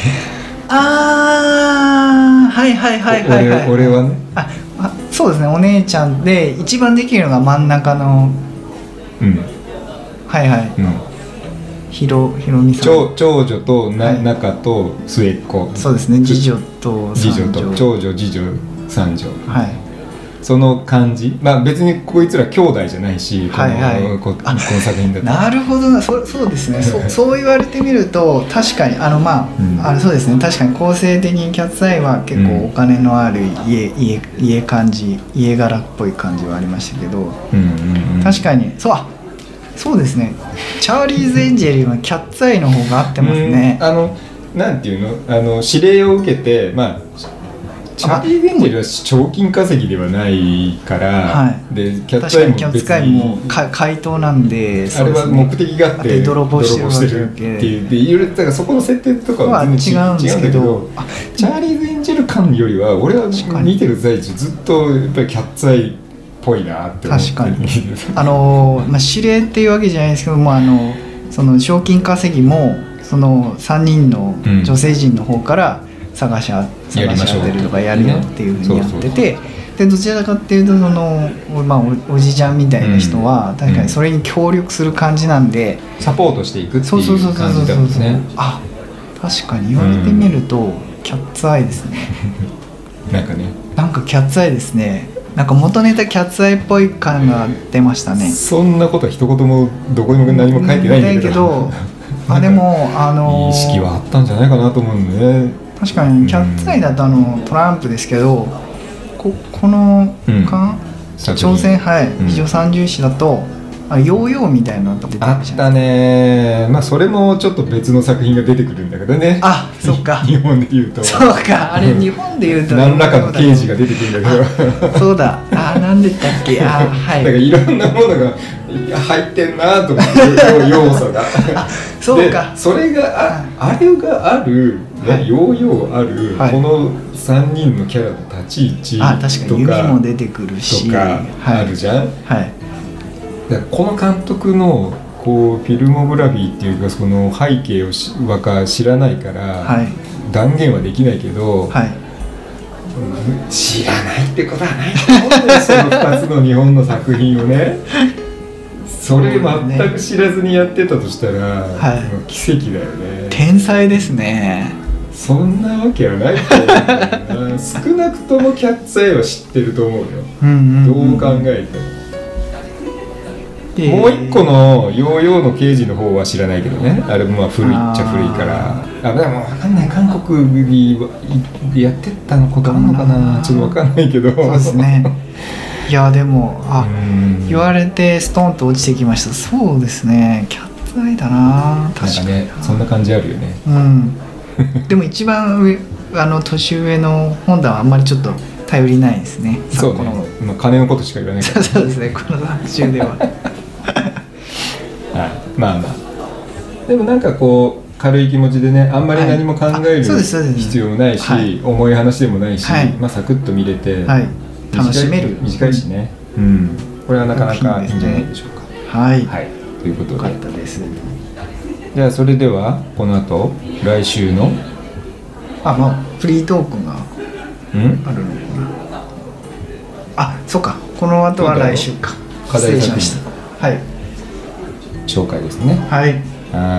Speaker 2: あーはいはいはいはいはい
Speaker 1: 俺俺はね、
Speaker 2: ああそうですねお姉ちゃんで一番できるのが真ん中の
Speaker 1: うん
Speaker 2: はいはい
Speaker 1: うん、
Speaker 2: ひろひろみさん
Speaker 1: 長長女とな、
Speaker 2: はい
Speaker 1: 中と末っ子
Speaker 2: そうですね次女と
Speaker 1: 次
Speaker 2: 三
Speaker 1: 女
Speaker 2: 女
Speaker 1: と長女次女三女
Speaker 2: はい
Speaker 1: その感じまあ別にこいつら兄弟じゃないしこの,、
Speaker 2: はいはい
Speaker 1: ここの作品だと
Speaker 2: なるほどなそそうです
Speaker 1: <laughs>
Speaker 2: ねそそう言われてみると確かにあのまあ,、
Speaker 1: うん
Speaker 2: あのそうですね確かに構成的にキャッツアイは結
Speaker 1: うん
Speaker 2: 構お金のある家、家家感じ家柄っぽい感じはありましたけど
Speaker 1: うんうんうん、
Speaker 2: 確かにそうあそうですねチャーリーズ・エンジェルよりもキャッツアイの方が合ってますね
Speaker 1: うんあのなんていうのあの指令を受けてまあチャーリー・ベンジェルは賞金稼ぎではないから、
Speaker 2: は
Speaker 1: でキャッ
Speaker 2: 確
Speaker 1: ツア
Speaker 2: か
Speaker 1: イ
Speaker 2: にキャ
Speaker 1: も
Speaker 2: ッ
Speaker 1: 別
Speaker 2: ツアイも
Speaker 1: に
Speaker 2: か怪盗なんで
Speaker 1: あ
Speaker 2: そう
Speaker 1: れ
Speaker 2: で
Speaker 1: は
Speaker 2: す
Speaker 1: 目
Speaker 2: ね
Speaker 1: 的があって
Speaker 2: で泥棒してるわけで
Speaker 1: 泥棒してるっていうでいろいろだからそこの設定とかは全然
Speaker 2: は違うんですけどあ
Speaker 1: チャーリーズ・エンジェル感よりは俺は
Speaker 2: 確かに
Speaker 1: 見てる在中ずっとやっぱりキャッツアイっぽいなって思って
Speaker 2: 確かに
Speaker 1: あ
Speaker 2: あのーまあ、指令っていうわけじゃないですけどもあのその賞金稼ぎもその3人の
Speaker 1: うん
Speaker 2: 女性陣の方から探しあ
Speaker 1: やり
Speaker 2: 探
Speaker 1: ま
Speaker 2: し
Speaker 1: しょう
Speaker 2: 当てるとかやるよっていうふう
Speaker 1: そう
Speaker 2: にや
Speaker 1: そう
Speaker 2: っててでどちらかっていうとその、おまあ、おおじちゃんみたいな人は
Speaker 1: ん
Speaker 2: 確かにそれに協力する感じなんで、
Speaker 1: サポートしていくって
Speaker 2: そう
Speaker 1: い
Speaker 2: そうそう
Speaker 1: う
Speaker 2: そう
Speaker 1: 感
Speaker 2: そう
Speaker 1: じだ
Speaker 2: そ
Speaker 1: も
Speaker 2: うん
Speaker 1: ね
Speaker 2: あ確かに言われてみると、キャッツアイですね
Speaker 1: なんかね
Speaker 2: なんかキャッツアイですねなんか元ネタキャッツアイっぽい感が出ましたね
Speaker 1: そんなことは一言もどこにも何も書いてないん <laughs> だけど
Speaker 2: 書いてないけどあでもあの
Speaker 1: いい意識はあったんじゃないかなと思うんでね
Speaker 2: 確かにキャッツアイだとあのトランプですけどここの
Speaker 1: うん
Speaker 2: か、
Speaker 1: 作品
Speaker 2: 朝鮮はい
Speaker 1: ん
Speaker 2: 非常三重視だと、あヨーヨーみたいなのが出て
Speaker 1: あ
Speaker 2: まし
Speaker 1: ったたねまあそれもちょっと別の作品が出てくるんだけどね
Speaker 2: あそっか
Speaker 1: 日本で言うと
Speaker 2: そうかあれ
Speaker 1: うん
Speaker 2: 日本でいうと
Speaker 1: 何らかの刑事が出てくるんだけど
Speaker 2: そうだあーなんでだっけあ
Speaker 1: なん
Speaker 2: ーはい
Speaker 1: かいろんなものがいや入ってんなと思って要素が
Speaker 2: そうか
Speaker 1: でそれがああれがある、ね
Speaker 2: はい
Speaker 1: ようようある、
Speaker 2: はい
Speaker 1: この3人のキャラの立ち位置
Speaker 2: あ確か
Speaker 1: と
Speaker 2: に
Speaker 1: か
Speaker 2: 弓も出てくるし
Speaker 1: とか
Speaker 2: は
Speaker 1: あ
Speaker 2: い
Speaker 1: るじゃん、
Speaker 2: はい
Speaker 1: だからこの監督のこうフィルモグラフィーっていうかその背景をしわか知らないから、
Speaker 2: はい
Speaker 1: 断言はできないけど、
Speaker 2: はい
Speaker 1: 知らないってことはないと思うんですよその2つの日本の作品を
Speaker 2: <laughs>
Speaker 1: ねそれ全く知らずにやってたとしたら、
Speaker 2: はい
Speaker 1: もう奇跡だよね
Speaker 2: 天才ですね
Speaker 1: そんなわけはないと思うんだよな少なくともキャッツアイは知ってると思うよ
Speaker 2: うん
Speaker 1: ど
Speaker 2: ん
Speaker 1: う考
Speaker 2: ん
Speaker 1: えても、
Speaker 2: で
Speaker 1: もう一個のヨーヨーの刑事の方は知らないけどねあれもまあ古いっちゃ古いからあでも分かんない韓国でやってたのことあんのかなちょっと分かんないけど
Speaker 2: そうです
Speaker 1: <laughs>
Speaker 2: ねいやでもあ、
Speaker 1: うん
Speaker 2: 言われてストンと落ちてきましたそうですねキャッツアイだな
Speaker 1: なん
Speaker 2: 確
Speaker 1: か
Speaker 2: かに
Speaker 1: ねそんな感じあるよね
Speaker 2: うんでも一番上あの年上の本田はあんまりちょっと頼りないですねさ
Speaker 1: そうね
Speaker 2: この
Speaker 1: まあ金のことしか言わない
Speaker 2: <laughs>
Speaker 1: か
Speaker 2: そうですねこの作中
Speaker 1: <laughs>
Speaker 2: では
Speaker 1: ら、はい、まあまあでもなんかこう軽い気持ちでねあんまり何も考え
Speaker 2: はい
Speaker 1: る
Speaker 2: あそうですそうです
Speaker 1: 必要もないし、
Speaker 2: はい
Speaker 1: 重い話でもないし、
Speaker 2: はい
Speaker 1: まあ、サクッと見れて、
Speaker 2: はい楽しめる
Speaker 1: 短い短いしね、うん、これはなかなかいいんじゃないでしょうか、
Speaker 2: はい、
Speaker 1: はいというこ
Speaker 2: よ
Speaker 1: と
Speaker 2: か
Speaker 1: で
Speaker 2: ったです
Speaker 1: じゃあそれではこの後来週の
Speaker 2: あまあフリートークが
Speaker 1: うん
Speaker 2: あるのかなあそうかこの後は来週か
Speaker 1: そうだ
Speaker 2: 失
Speaker 1: よ
Speaker 2: 礼しましたはい
Speaker 1: 紹介ですね
Speaker 2: はい
Speaker 1: は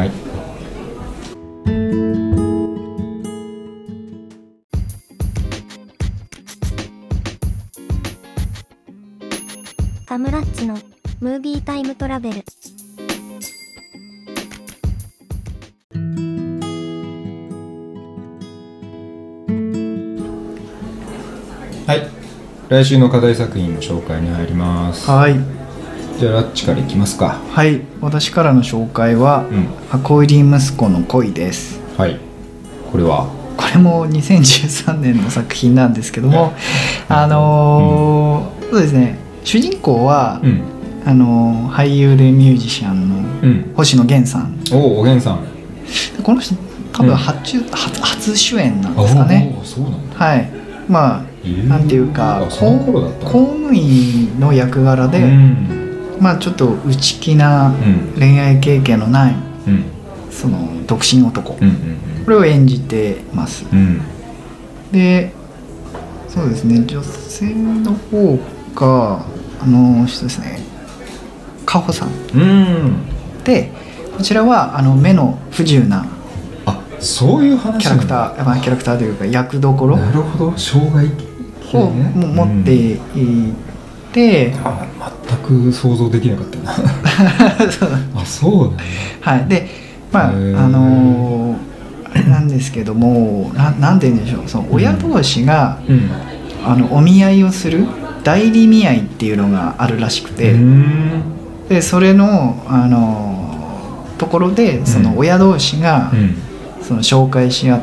Speaker 1: ーい
Speaker 3: カムラッチのムービータイムトラベル
Speaker 1: はい来週の課題作品の紹介に入ります
Speaker 2: はい
Speaker 1: じゃあラッチからいきますか
Speaker 2: はい私からの紹介は
Speaker 1: うん
Speaker 2: 「箱入り息子の恋」です
Speaker 1: はいこれは
Speaker 2: これも2013年の作品なんですけどもあのーそうですね主人公は、
Speaker 1: うん
Speaker 2: あのー俳優でミュージシャンの
Speaker 1: うん
Speaker 2: 星野源さん
Speaker 1: おおおげんさん
Speaker 2: この人多分
Speaker 1: うん
Speaker 2: 初,、初初主演なんですかね
Speaker 1: おーそうなんだ、
Speaker 2: はいまあ
Speaker 1: えー
Speaker 2: なんていうか
Speaker 1: あその頃だった
Speaker 2: 公務員の役柄で、
Speaker 1: うん
Speaker 2: まあちょっと内気な
Speaker 1: うん
Speaker 2: 恋愛経験のない
Speaker 1: うん
Speaker 2: その独身男、
Speaker 1: うん
Speaker 2: これを演じてます
Speaker 1: うんうん
Speaker 2: でそうですね女性の方があの人ですねカホさん
Speaker 1: うんうん
Speaker 2: でこちらはあの目の不自由な
Speaker 1: あそういう話
Speaker 2: キ
Speaker 1: な
Speaker 2: ャ
Speaker 1: ん
Speaker 2: ラク
Speaker 1: だ
Speaker 2: ター、まあ、キャラクターというか役どころ
Speaker 1: なるほど障害
Speaker 2: をも持っていて、
Speaker 1: あ全く想像できなか
Speaker 2: <laughs>
Speaker 1: ったな
Speaker 2: そう
Speaker 1: あそうなんだ
Speaker 2: はい、でまああ
Speaker 1: へー
Speaker 2: のーあれなんですけどもななんて言うんでしょうその親同士が、
Speaker 1: うん
Speaker 2: あのお見合いをする代理見合いっていうのがあるらしくて、
Speaker 1: うん
Speaker 2: でそれの、あのーところでその親同士が、
Speaker 1: うん
Speaker 2: その紹介し合っ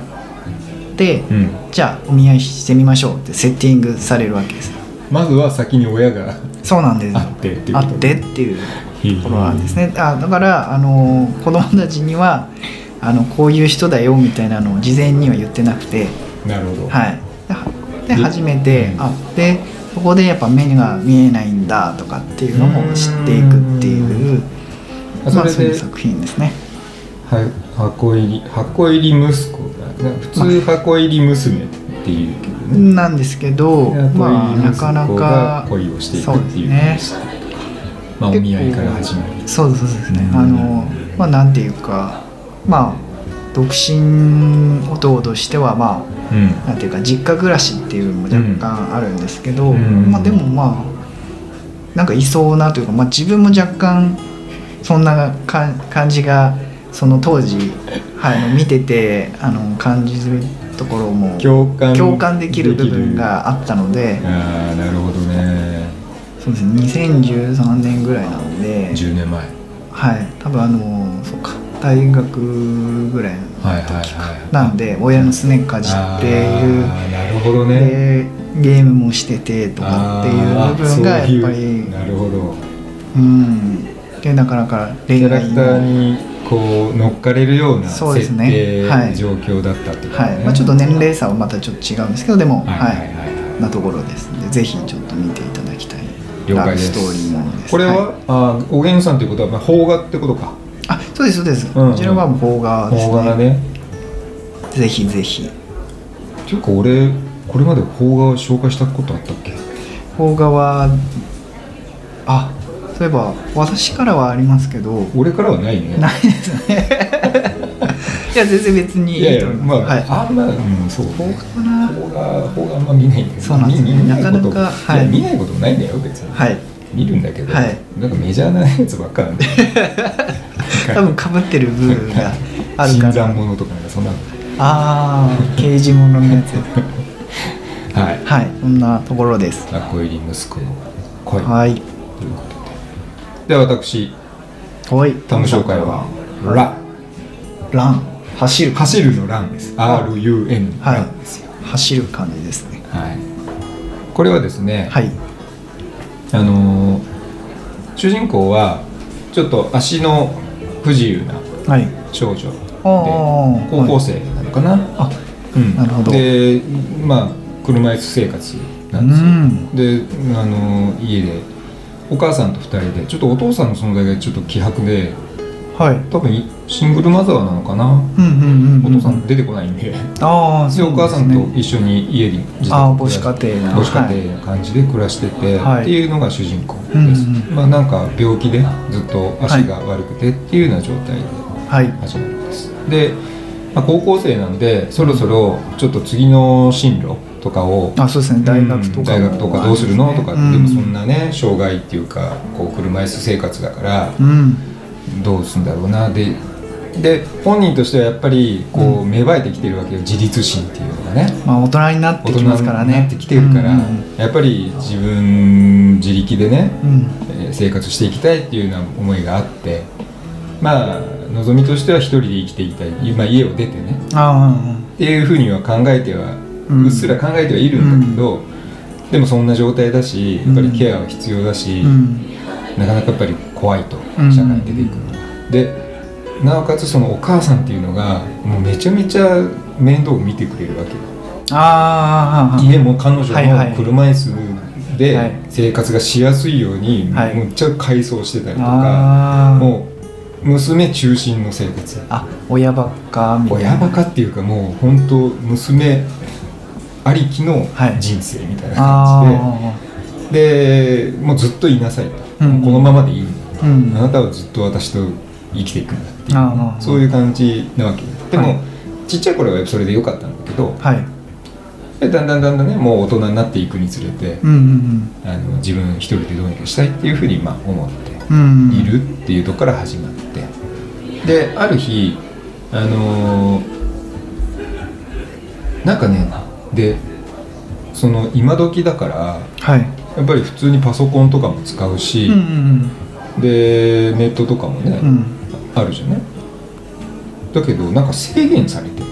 Speaker 2: て、
Speaker 1: うん
Speaker 2: じゃあお見合いしてみましょうってセッティングされるわけです
Speaker 1: まずは先に親が
Speaker 2: そうなんです
Speaker 1: あってっていう
Speaker 2: あ
Speaker 1: こと
Speaker 2: ってっていう
Speaker 1: いい
Speaker 2: ところなんですね、あだからあの子供たちにはあのこういう人だよみたいなのを事前には言ってなくて、
Speaker 1: なるほど、
Speaker 2: はい、ではで
Speaker 1: で
Speaker 2: 初めて会ってそこでやっぱ目が見えないんだとかっていうのも知っていくっていう
Speaker 1: うん
Speaker 2: まあ、
Speaker 1: そ
Speaker 2: そう
Speaker 1: れ
Speaker 2: い
Speaker 1: で
Speaker 2: う作品ですね。
Speaker 1: はい、箱入り箱入り息子がね普通箱入り娘っていうけどね、
Speaker 2: なんですけど、まあ、なかなか
Speaker 1: 恋をしていくっていう
Speaker 2: そうで
Speaker 1: 話
Speaker 2: すね
Speaker 1: まあ、お見合いから始まり
Speaker 2: そうですそうですね、
Speaker 1: うん
Speaker 2: あのまあなんていうかまあ独身男としてはま
Speaker 1: うん
Speaker 2: あなんていうか実家暮らしっていうのも若干あるんですけど、
Speaker 1: うん
Speaker 2: まあでもまあなんかいそうなというか、まあ、自分も若干そんなか感じがその当時、はい、見ててあの感じるところも
Speaker 1: 共感
Speaker 2: 共感できる部分があったので
Speaker 1: ああなるほどね
Speaker 2: そうですね2013年ぐらいなので。
Speaker 1: 10年前
Speaker 2: はい多分あのそうか大学ぐらい
Speaker 1: はいはいはい
Speaker 2: なので親のすねかじ
Speaker 1: あ
Speaker 2: っている
Speaker 1: ーなるほどね
Speaker 2: でゲームもしててとかっていう部分がやっぱ
Speaker 1: あーそういう
Speaker 2: り
Speaker 1: なるほど
Speaker 2: うんでなかなか
Speaker 1: キ
Speaker 2: 恋
Speaker 1: ャラ
Speaker 2: 愛
Speaker 1: ク
Speaker 2: の
Speaker 1: ターにこう乗っかれるような設
Speaker 2: そうですね
Speaker 1: 定、
Speaker 2: はい
Speaker 1: 状況だったってことね、
Speaker 2: はいまあ、ちょっと年齢差はまたちょっと違うんですけどでも
Speaker 1: はい
Speaker 2: は
Speaker 1: はいはいはい
Speaker 2: いなところですのでぜひちょっと見ていただきたい
Speaker 1: 了
Speaker 2: ラ
Speaker 1: 解
Speaker 2: ブ
Speaker 1: です
Speaker 2: ストーリーものです
Speaker 1: これは、
Speaker 2: い
Speaker 1: あーおげんさんということは、まあ、邦画ってことか
Speaker 2: あそうですそうです、
Speaker 1: うんうん
Speaker 2: こちらは邦画です
Speaker 1: 邦画だ
Speaker 2: ね
Speaker 1: ね
Speaker 2: ぜひぜひ
Speaker 1: ていうか俺これまで邦画を紹介したことあったっけ
Speaker 2: 邦画はあそういえば私からはありますけど
Speaker 1: 俺からはないね
Speaker 2: ないですね <laughs> いや全然別に
Speaker 1: や
Speaker 2: いい
Speaker 1: い
Speaker 2: と
Speaker 1: や
Speaker 2: 思い
Speaker 1: まあ、
Speaker 2: ますはい
Speaker 1: あんまうんそう
Speaker 2: 邦
Speaker 1: 邦
Speaker 2: 画かな
Speaker 1: 画邦画あんま見ないんだよ
Speaker 2: そうなんですね
Speaker 1: 見見ないこと
Speaker 2: なかなかはい
Speaker 1: いや見ないこともないんだよ別に、
Speaker 2: はい
Speaker 1: 見るんだけど、
Speaker 2: はい
Speaker 1: なんかメジャーなやつばっか
Speaker 2: <laughs>
Speaker 1: なんで
Speaker 2: 多分かぶってる部分がある
Speaker 1: 新 <laughs>
Speaker 2: から
Speaker 1: 参者とかなんかそんなの
Speaker 2: ああ刑事もののやつ
Speaker 1: はい
Speaker 2: はいそんなところです
Speaker 1: 学校入り息子の恋
Speaker 2: はい
Speaker 1: ということででは私
Speaker 2: はい
Speaker 1: タム紹介は「ラ」
Speaker 2: ラン走る
Speaker 1: 走るのランです。RUN
Speaker 2: はい
Speaker 1: ランですよ。
Speaker 2: 走る感じですね
Speaker 1: はい。これはですね、
Speaker 2: はい
Speaker 1: あのー主人公はちょっと足の不自由な
Speaker 2: はい
Speaker 1: 少女で
Speaker 2: おー
Speaker 1: 高校生なのかな。
Speaker 2: あ
Speaker 1: うん
Speaker 2: なるほど
Speaker 1: で、まあ車椅子生活
Speaker 2: う
Speaker 1: なんですよ。
Speaker 2: ん
Speaker 1: で、あのー家でお母さんと二人でちょっとお父さんの存在がちょっと希薄で
Speaker 2: はい
Speaker 1: 多分シングルマザーなのかな。
Speaker 2: うんうんうん
Speaker 1: お父さん出てこないんで。
Speaker 2: ああ
Speaker 1: で
Speaker 2: そ
Speaker 1: お
Speaker 2: うで
Speaker 1: 母さ
Speaker 2: す
Speaker 1: ん
Speaker 2: ね
Speaker 1: と一緒に家に自宅
Speaker 2: あー母子家庭な
Speaker 1: 母子家庭な感じで暮らしてて、
Speaker 2: はい
Speaker 1: っていうのが主人公です、
Speaker 2: うんうん
Speaker 1: まあなんか病気でずっと足が悪くてっていうような状態で
Speaker 2: はい
Speaker 1: 始まるんですで、まあ、高校生なんでそろそろちょっと次の進路とかを
Speaker 2: あそうですね大学
Speaker 1: う
Speaker 2: とかも、
Speaker 1: ん大学とかどうするのとかって、
Speaker 2: うん
Speaker 1: でもそんなね障害っていうかこう車椅子生活だから
Speaker 2: うん
Speaker 1: どうするんだろうなでで本人としてはやっぱりこう芽生えてきてるわけよ自立心っていうのがね
Speaker 2: まあ大人になっ
Speaker 1: 大
Speaker 2: て
Speaker 1: 人
Speaker 2: き
Speaker 1: に
Speaker 2: ますからね
Speaker 1: なってきてるから、
Speaker 2: うん
Speaker 1: やっぱり自分自力でね、
Speaker 2: うんうん
Speaker 1: えー生活していきたいっていうような思いがあってまあ望みとしては一人で生きていきたい、まあ、家を出てね
Speaker 2: あ
Speaker 1: っていうふうには考えては、
Speaker 2: う
Speaker 1: うんっすら考えてはいるんだけど、でもそんな状態だしやっぱりケアは必要だ
Speaker 2: あ
Speaker 1: し、
Speaker 2: うん
Speaker 1: なかなかやっぱり怖いと
Speaker 2: うん
Speaker 1: 社会に出ていくのが、でなおかつそのお母さんっていうのがもうめちゃめちゃ面倒を見てくれるわけよ
Speaker 2: ああ
Speaker 1: 家も彼女
Speaker 2: はいはい
Speaker 1: の車椅子
Speaker 2: はい
Speaker 1: で生活がしやすいように
Speaker 2: はい
Speaker 1: むっちゃ改装してたりとか、
Speaker 2: ああ
Speaker 1: もう娘中心の生活
Speaker 2: あ親ばっかみたいな
Speaker 1: 親バカっていうかもう本当娘ありきの人生みたいな感じで、
Speaker 2: あ
Speaker 1: でもうずっといなさいと、
Speaker 2: うん
Speaker 1: もうこのままでいい、
Speaker 2: あうん
Speaker 1: あなたはずっと私と生きていくんだっていう
Speaker 2: あー
Speaker 1: そういう感じなわけでも、
Speaker 2: はい
Speaker 1: ちっちゃい頃はそれで良かったんだけど
Speaker 2: はい
Speaker 1: でだんだんだんだんねもう大人になっていくにつれて
Speaker 2: うんうん
Speaker 1: あの自分一人でどうにかしたいっていうふうにまあ思って
Speaker 2: うんうん
Speaker 1: いるっていうとこから始まってである日あのーなんかねでその今時だから
Speaker 2: はい
Speaker 1: やっぱり普通にパソコンとかも使うし、
Speaker 2: うんうん
Speaker 1: でネットとかもね、
Speaker 2: うんうん
Speaker 1: あるじゃんねだけどなんか制限されてる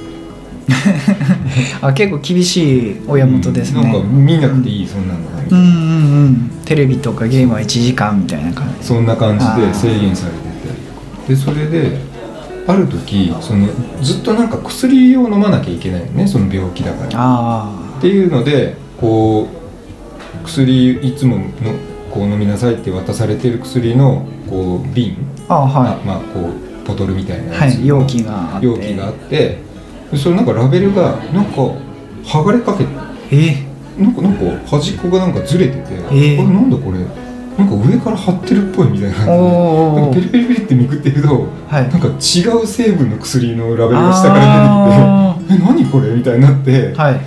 Speaker 2: あ結構厳しい親元ですね
Speaker 1: なんか見なくていい、そんなのがみ
Speaker 2: う
Speaker 1: たい
Speaker 2: んう
Speaker 1: なん
Speaker 2: うんテレビとかゲームは1時間みたいな感じ
Speaker 1: そんな感じ
Speaker 2: あ
Speaker 1: で
Speaker 2: ー
Speaker 1: 制限されててでそれである時そのずっとなんか薬を飲まなきゃいけないのねその病気だから
Speaker 2: あ
Speaker 1: っていうのでこう薬いつものこう飲みなさいって渡されてる薬のこう瓶、
Speaker 2: ーあは
Speaker 1: まあこうボトルみたい
Speaker 2: い
Speaker 1: な
Speaker 2: は
Speaker 1: やつ
Speaker 2: い容器があって
Speaker 1: 容器があってでそれなんかラベルがなんか剥がれかけて
Speaker 2: え
Speaker 1: なんかなんか端っこがなんかずれてて、こ
Speaker 2: え
Speaker 1: れなんだこれなんか上から張ってるっぽいみたいな感じで
Speaker 2: おー
Speaker 1: なんかペリペリペリってめくってると
Speaker 2: はい
Speaker 1: なんか違う成分の薬のラベルが下から出てきて「え何これ?」みたいになって、
Speaker 2: はい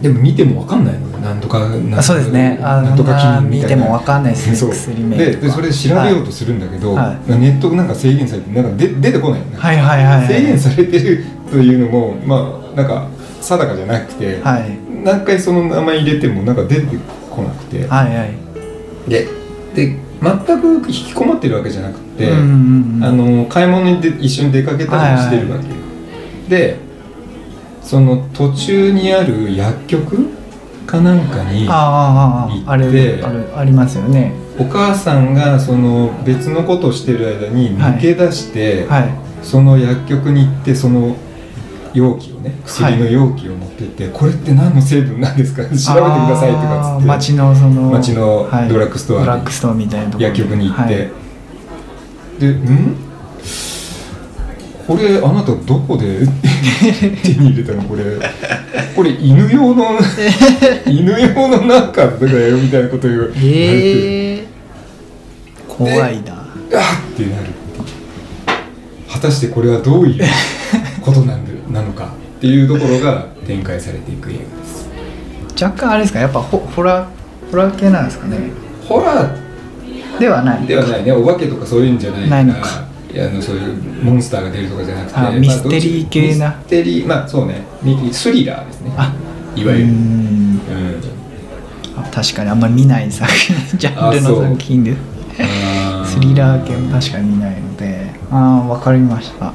Speaker 1: でも見ても分かんないのよなんとかなんと
Speaker 2: あ
Speaker 1: か
Speaker 2: そうですねあ
Speaker 1: なんとか
Speaker 2: あ
Speaker 1: 菌み
Speaker 2: 見
Speaker 1: た
Speaker 2: て
Speaker 1: い
Speaker 2: も
Speaker 1: な
Speaker 2: わ。かんないですね
Speaker 1: そう
Speaker 2: 薬名
Speaker 1: で
Speaker 2: とか
Speaker 1: でそれで調べようとするんだけど、
Speaker 2: は
Speaker 1: ネットなんか制限されてなんか出出てこないのね
Speaker 2: はいはいはいはい
Speaker 1: 制限されてるというのもまあなんか定かじゃなくて、
Speaker 2: はい
Speaker 1: 何回その名前入れてもなんか出てこなくて
Speaker 2: はいはい
Speaker 1: でで全く引きこもってるわけじゃなくて、
Speaker 2: うんうんうん
Speaker 1: あの買い物にで一緒に出かけたりもしてるわけ、でその途中にある薬局かなんかに
Speaker 2: あーあーあーあ
Speaker 1: 行って
Speaker 2: れあるありますよね
Speaker 1: お母さんがその別のことをしてる間に抜け出して、
Speaker 2: はい
Speaker 1: その薬局に行ってその容器をね薬の容器を持ってって、これって何の成分なんですか調べてくださいとかっつ
Speaker 2: あ
Speaker 1: っ
Speaker 2: ー
Speaker 1: て
Speaker 2: 街のその
Speaker 1: 街の
Speaker 2: はい
Speaker 1: ドラッグストアに
Speaker 2: ドラッグストアみたいなところ
Speaker 1: 薬局に行って、
Speaker 2: はい
Speaker 1: で「んこれあなたどこで手に入れたのこれこれ犬用の犬用のなんかだからよ」みたいなことを言われて「
Speaker 2: ええ怖いな
Speaker 1: あっ!」ってなる果たしてこれはどういうことなんでなのかっていうところが展開されていく映画です
Speaker 2: 若干あれですかやっぱホホラーホラー系なんですかね
Speaker 1: ホラー
Speaker 2: ではない
Speaker 1: ではないねお化けとかそういうんじゃない
Speaker 2: ないのか
Speaker 1: いやあのそういうモンスターが出るとかじゃなくて
Speaker 2: あ
Speaker 1: まあ
Speaker 2: ミステリー系な
Speaker 1: どっちミステリーまあそうねミスリラーですね
Speaker 2: あ
Speaker 1: いわゆ
Speaker 2: う
Speaker 1: る
Speaker 2: ー
Speaker 1: うん
Speaker 2: んあ確かにあんまり見ない作品ジャンルの作品で
Speaker 1: あ
Speaker 2: スリラー系も確かに見ないのでああわかりました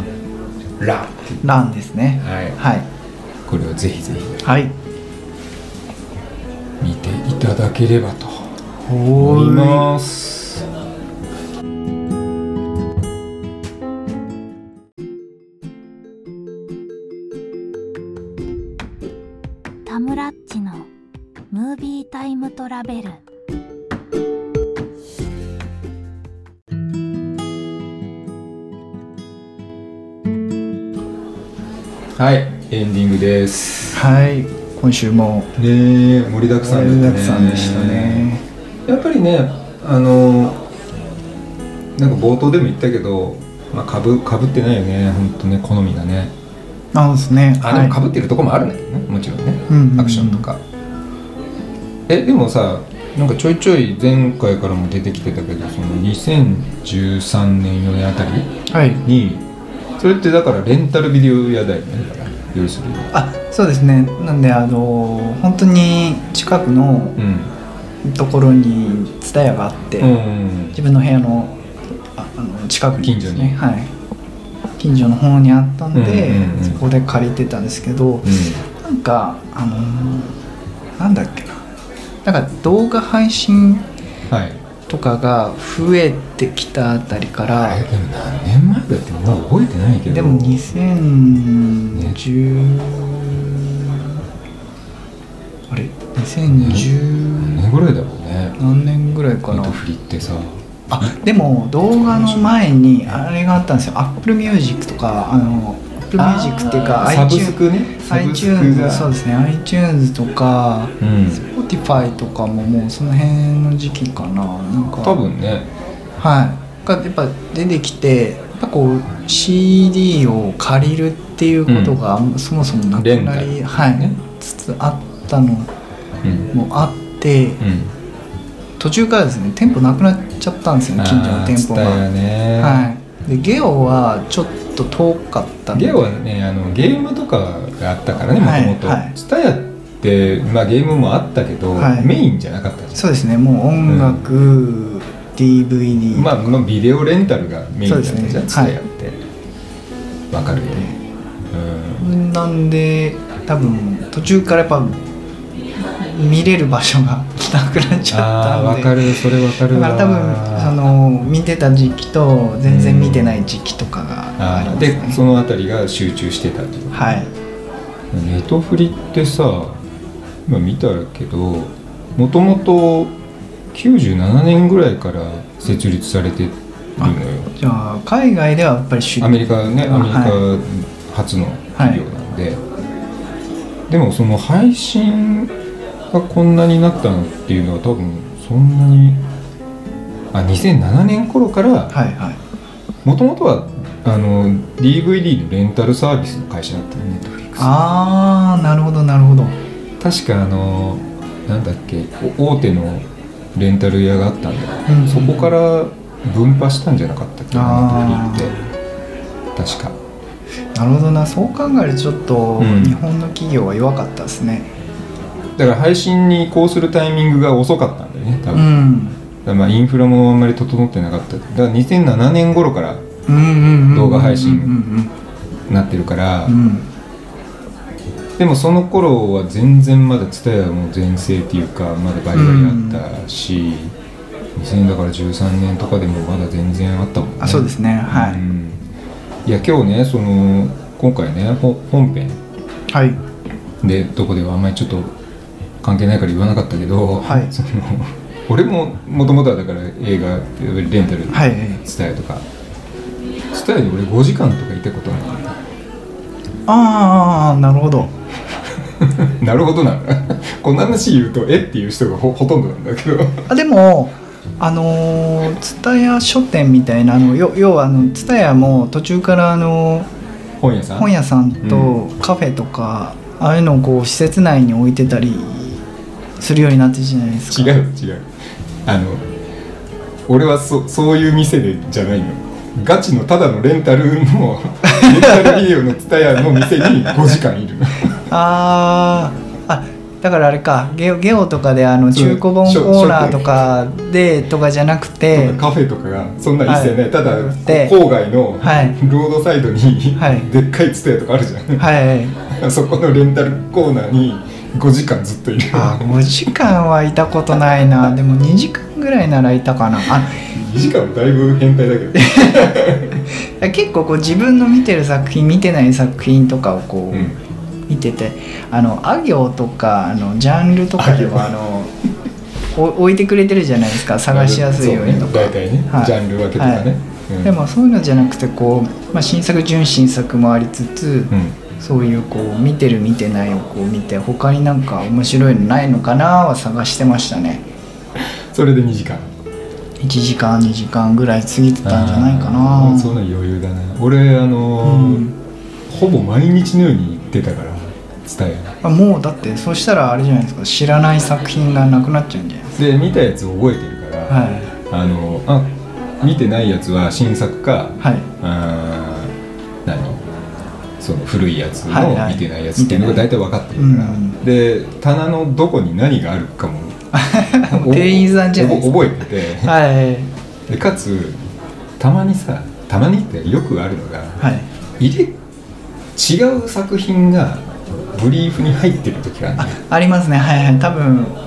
Speaker 1: ラ
Speaker 2: ランですね
Speaker 1: はい
Speaker 2: はい
Speaker 1: これをぜひぜひ
Speaker 2: はい
Speaker 1: 見ていただければと思
Speaker 2: お
Speaker 1: います
Speaker 3: タムラッチのムービータイムトラベル
Speaker 1: はいエンディングです
Speaker 2: はい今週も
Speaker 1: ねえ盛りだくさ
Speaker 2: 盛
Speaker 1: ん
Speaker 2: り
Speaker 1: だっ
Speaker 2: だ
Speaker 1: たね
Speaker 2: くさんでしたね
Speaker 1: やっぱりねあのなんか冒頭でも言ったけどまあかぶかぶってないよね本当ね好みがね
Speaker 2: あそうですね
Speaker 1: あでもか
Speaker 2: は
Speaker 1: ぶってるとこもあるんだけどねもちろんね、
Speaker 2: うんうんうん
Speaker 1: アクションとかえでもさなんかちょいちょい前回からも出てきてたけどその2013年4年あたり
Speaker 2: いはい
Speaker 1: にそれってだからレンタルビデオ屋だよねだから要するに
Speaker 2: あそうですねなんであの本当に近くの
Speaker 1: うん
Speaker 2: ところに蔦屋があって、
Speaker 1: うん
Speaker 2: 自分の部屋のああの近くです
Speaker 1: 近所に
Speaker 2: はい近所の方にあったんで、
Speaker 1: うんうんうん
Speaker 2: そこで借りてたんですけど、
Speaker 1: う
Speaker 2: なんかあのーなんだっけななんか動画配信
Speaker 1: んはい
Speaker 2: とかが増えてきたあたりから、
Speaker 1: えでも何年前だってもう覚えてないけど
Speaker 2: でも2010、あれ
Speaker 1: 何
Speaker 2: 2010
Speaker 1: 年ぐらいだろうね
Speaker 2: 何年ぐらい
Speaker 1: ネ
Speaker 2: か
Speaker 1: ッ
Speaker 2: な
Speaker 1: トフリってさ
Speaker 2: あでも動画の前にあれがあったんですよ Apple Music とかあの Apple Music っていうか
Speaker 1: あーサブスクね
Speaker 2: iTunes
Speaker 1: サブスク
Speaker 2: iTunes
Speaker 1: が
Speaker 2: そうですね iTunes とか
Speaker 1: うん
Speaker 2: Spotify とかももうその辺の時期かななんか
Speaker 1: 多分ね
Speaker 2: はいがやっぱ出てきてやっぱこう CD を借りるっていうことがそもそもなくなり、
Speaker 1: レンタル
Speaker 2: はい、
Speaker 1: ね
Speaker 2: つつあったの
Speaker 1: うん
Speaker 2: もあって
Speaker 1: うん
Speaker 2: 途中からですね店舗なくなっちゃったんですよね近所の店舗が
Speaker 1: あー蔦屋ね、
Speaker 2: はいでゲオはちょっと遠かったんで
Speaker 1: ゲオはねあのゲームとかがあったからねも
Speaker 2: はい
Speaker 1: ともと
Speaker 2: はい
Speaker 1: TSUTAYA って、まあ、ゲームもあったけど、
Speaker 2: はい
Speaker 1: メインじゃなかったじ
Speaker 2: そうですねもう音楽、
Speaker 1: ゃ
Speaker 2: DVD、
Speaker 1: ん、まあ、まあビデオレンタルがメインだったじゃん
Speaker 2: そうです
Speaker 1: TSUTAYA、
Speaker 2: ね
Speaker 1: ってわかるよね、うん
Speaker 2: なんで多分途中からやっぱ見れる場所がなくなっち
Speaker 1: ああ
Speaker 2: ゃった
Speaker 1: わ
Speaker 2: んで
Speaker 1: かるそれわかる
Speaker 2: だ
Speaker 1: わ
Speaker 2: から多分その見てた時期と全然見てない時期とかがあり
Speaker 1: あ
Speaker 2: ま
Speaker 1: ー
Speaker 2: すね
Speaker 1: でその辺りが集中してたってこと
Speaker 2: はい
Speaker 1: ネトフリってさ今見たけどもともと97年ぐらいから設立されてるのよ
Speaker 2: じゃあ海外ではやっぱり主
Speaker 1: アメリカね
Speaker 2: あ
Speaker 1: アメリ
Speaker 2: は
Speaker 1: カ初の企業なんで、でもその配信がこんなになったのっていうのは多分そんなにあ2007年頃から
Speaker 2: はいはい
Speaker 1: もともとはあの DVD のレンタルサービスの会社だったのネットフリックス
Speaker 2: ああなるほどなるほど
Speaker 1: 確かあのなんだっけお大手のレンタル屋があったんだ、
Speaker 2: うん
Speaker 1: そこから分派したんじゃなかったっけ
Speaker 2: あー
Speaker 1: ネットフリって確か
Speaker 2: なるほどなそう考えるとちょっと
Speaker 1: うん
Speaker 2: 日本の企業は弱かったですね
Speaker 1: だから配信に移行するタイミングが遅かったんだよね多分、だ
Speaker 2: う
Speaker 1: か
Speaker 2: ん
Speaker 1: らまあインフラもあんまり整ってなかっただから2007年頃から
Speaker 2: うんうんうん
Speaker 1: 動画配信
Speaker 2: うん
Speaker 1: なってるから、
Speaker 2: うんうん
Speaker 1: でもその頃は全然まだ TSUTAYA はもう全盛っていうかまだバリバリあったし、2000だから13年とかでもまだ全然あったもんね
Speaker 2: あそうですねはい、
Speaker 1: うんいや今日ねその今回ねほ本編
Speaker 2: はい
Speaker 1: でどこではあんまりちょっと関係ないから言わなかったけど、
Speaker 2: はい
Speaker 1: その俺ももともとはだから映画レンタル
Speaker 2: はい
Speaker 1: 伝えとか、伝えで俺5時間とかいた <laughs> ことあるから
Speaker 2: ああなるほど
Speaker 1: なるほどなん <laughs> だこんな話言うとえっていう人がほほとんどなんだけど
Speaker 2: あでもあの蔦屋書店みたいなあのよ要はあの蔦屋も途中からあの
Speaker 1: 本屋さん
Speaker 2: 本屋さんと
Speaker 1: う
Speaker 2: カフェとか、ああいうのをこう施設内に置いてたりするようになってるじゃないですか
Speaker 1: <laughs> 違う違うあの俺はそそういう店でじゃないのガチのただのレンタルのレンタルビデオのツタヤの店に5時間いるの
Speaker 2: あーあだからあれかゲオゲオとかであの
Speaker 1: そう
Speaker 2: 中古本
Speaker 1: 書
Speaker 2: コーナーとかでとかじゃなくて
Speaker 1: とかカフェとかがそんな一切ない、
Speaker 2: はい
Speaker 1: ただ
Speaker 2: で
Speaker 1: 郊外の
Speaker 2: はい
Speaker 1: ロードサイドに、
Speaker 2: はい
Speaker 1: でっかいツタヤとかあるじゃん、
Speaker 2: はい <laughs>
Speaker 1: そこのレンタルコーナーに5時間ずっといる
Speaker 2: あ5時間はいたことないなでも2時間ぐらいならいたかなあ
Speaker 1: 2時間もだいぶ変態だけど
Speaker 2: 結構こう自分の見てる作品見てない作品とかをこ
Speaker 1: うん
Speaker 2: う見てて、あのあ行とかあのジャンルとかでも
Speaker 1: あ
Speaker 2: あの <laughs> お置いてくれてるじゃないですか探しやすいようにと
Speaker 1: そ
Speaker 2: か、
Speaker 1: ね大体ね、
Speaker 2: はい
Speaker 1: ジャンル分けとかね、
Speaker 2: はい
Speaker 1: うん
Speaker 2: でもそういうのじゃなくてこう、まあ、新作純新作もありつつ、
Speaker 1: うん
Speaker 2: そういうこう見てる見てないをこう見て他になんか面白いのないのかなは探してましたね
Speaker 1: それで2時間
Speaker 2: 1時間2時間ぐらい過ぎてたんじゃないか
Speaker 1: あー
Speaker 2: な
Speaker 1: そんな余裕だな俺あのー
Speaker 2: うん
Speaker 1: ほぼ毎日のように行ってたから伝え
Speaker 2: あもうだってそうしたらあれじゃないですか知らない作品がなくなっちゃうんじゃないです
Speaker 1: で見たやつ覚えてるから、
Speaker 2: かはい
Speaker 1: あのあ見てないやつは新作か
Speaker 2: はい
Speaker 1: あー何その古いやつ
Speaker 2: はい
Speaker 1: の
Speaker 2: はい
Speaker 1: 見てないやつっていうのが大体分かってるから、
Speaker 2: うん
Speaker 1: で棚のどこに何があるかも
Speaker 2: もう <laughs> 店員さんじゃないですか
Speaker 1: おぼ覚えてて
Speaker 2: はい
Speaker 1: でかつたまにさたまにってよくあるのが
Speaker 2: はい
Speaker 1: 入れ違う作品がブリーフに入ってる時があるのよ
Speaker 2: ありますねはいはい多分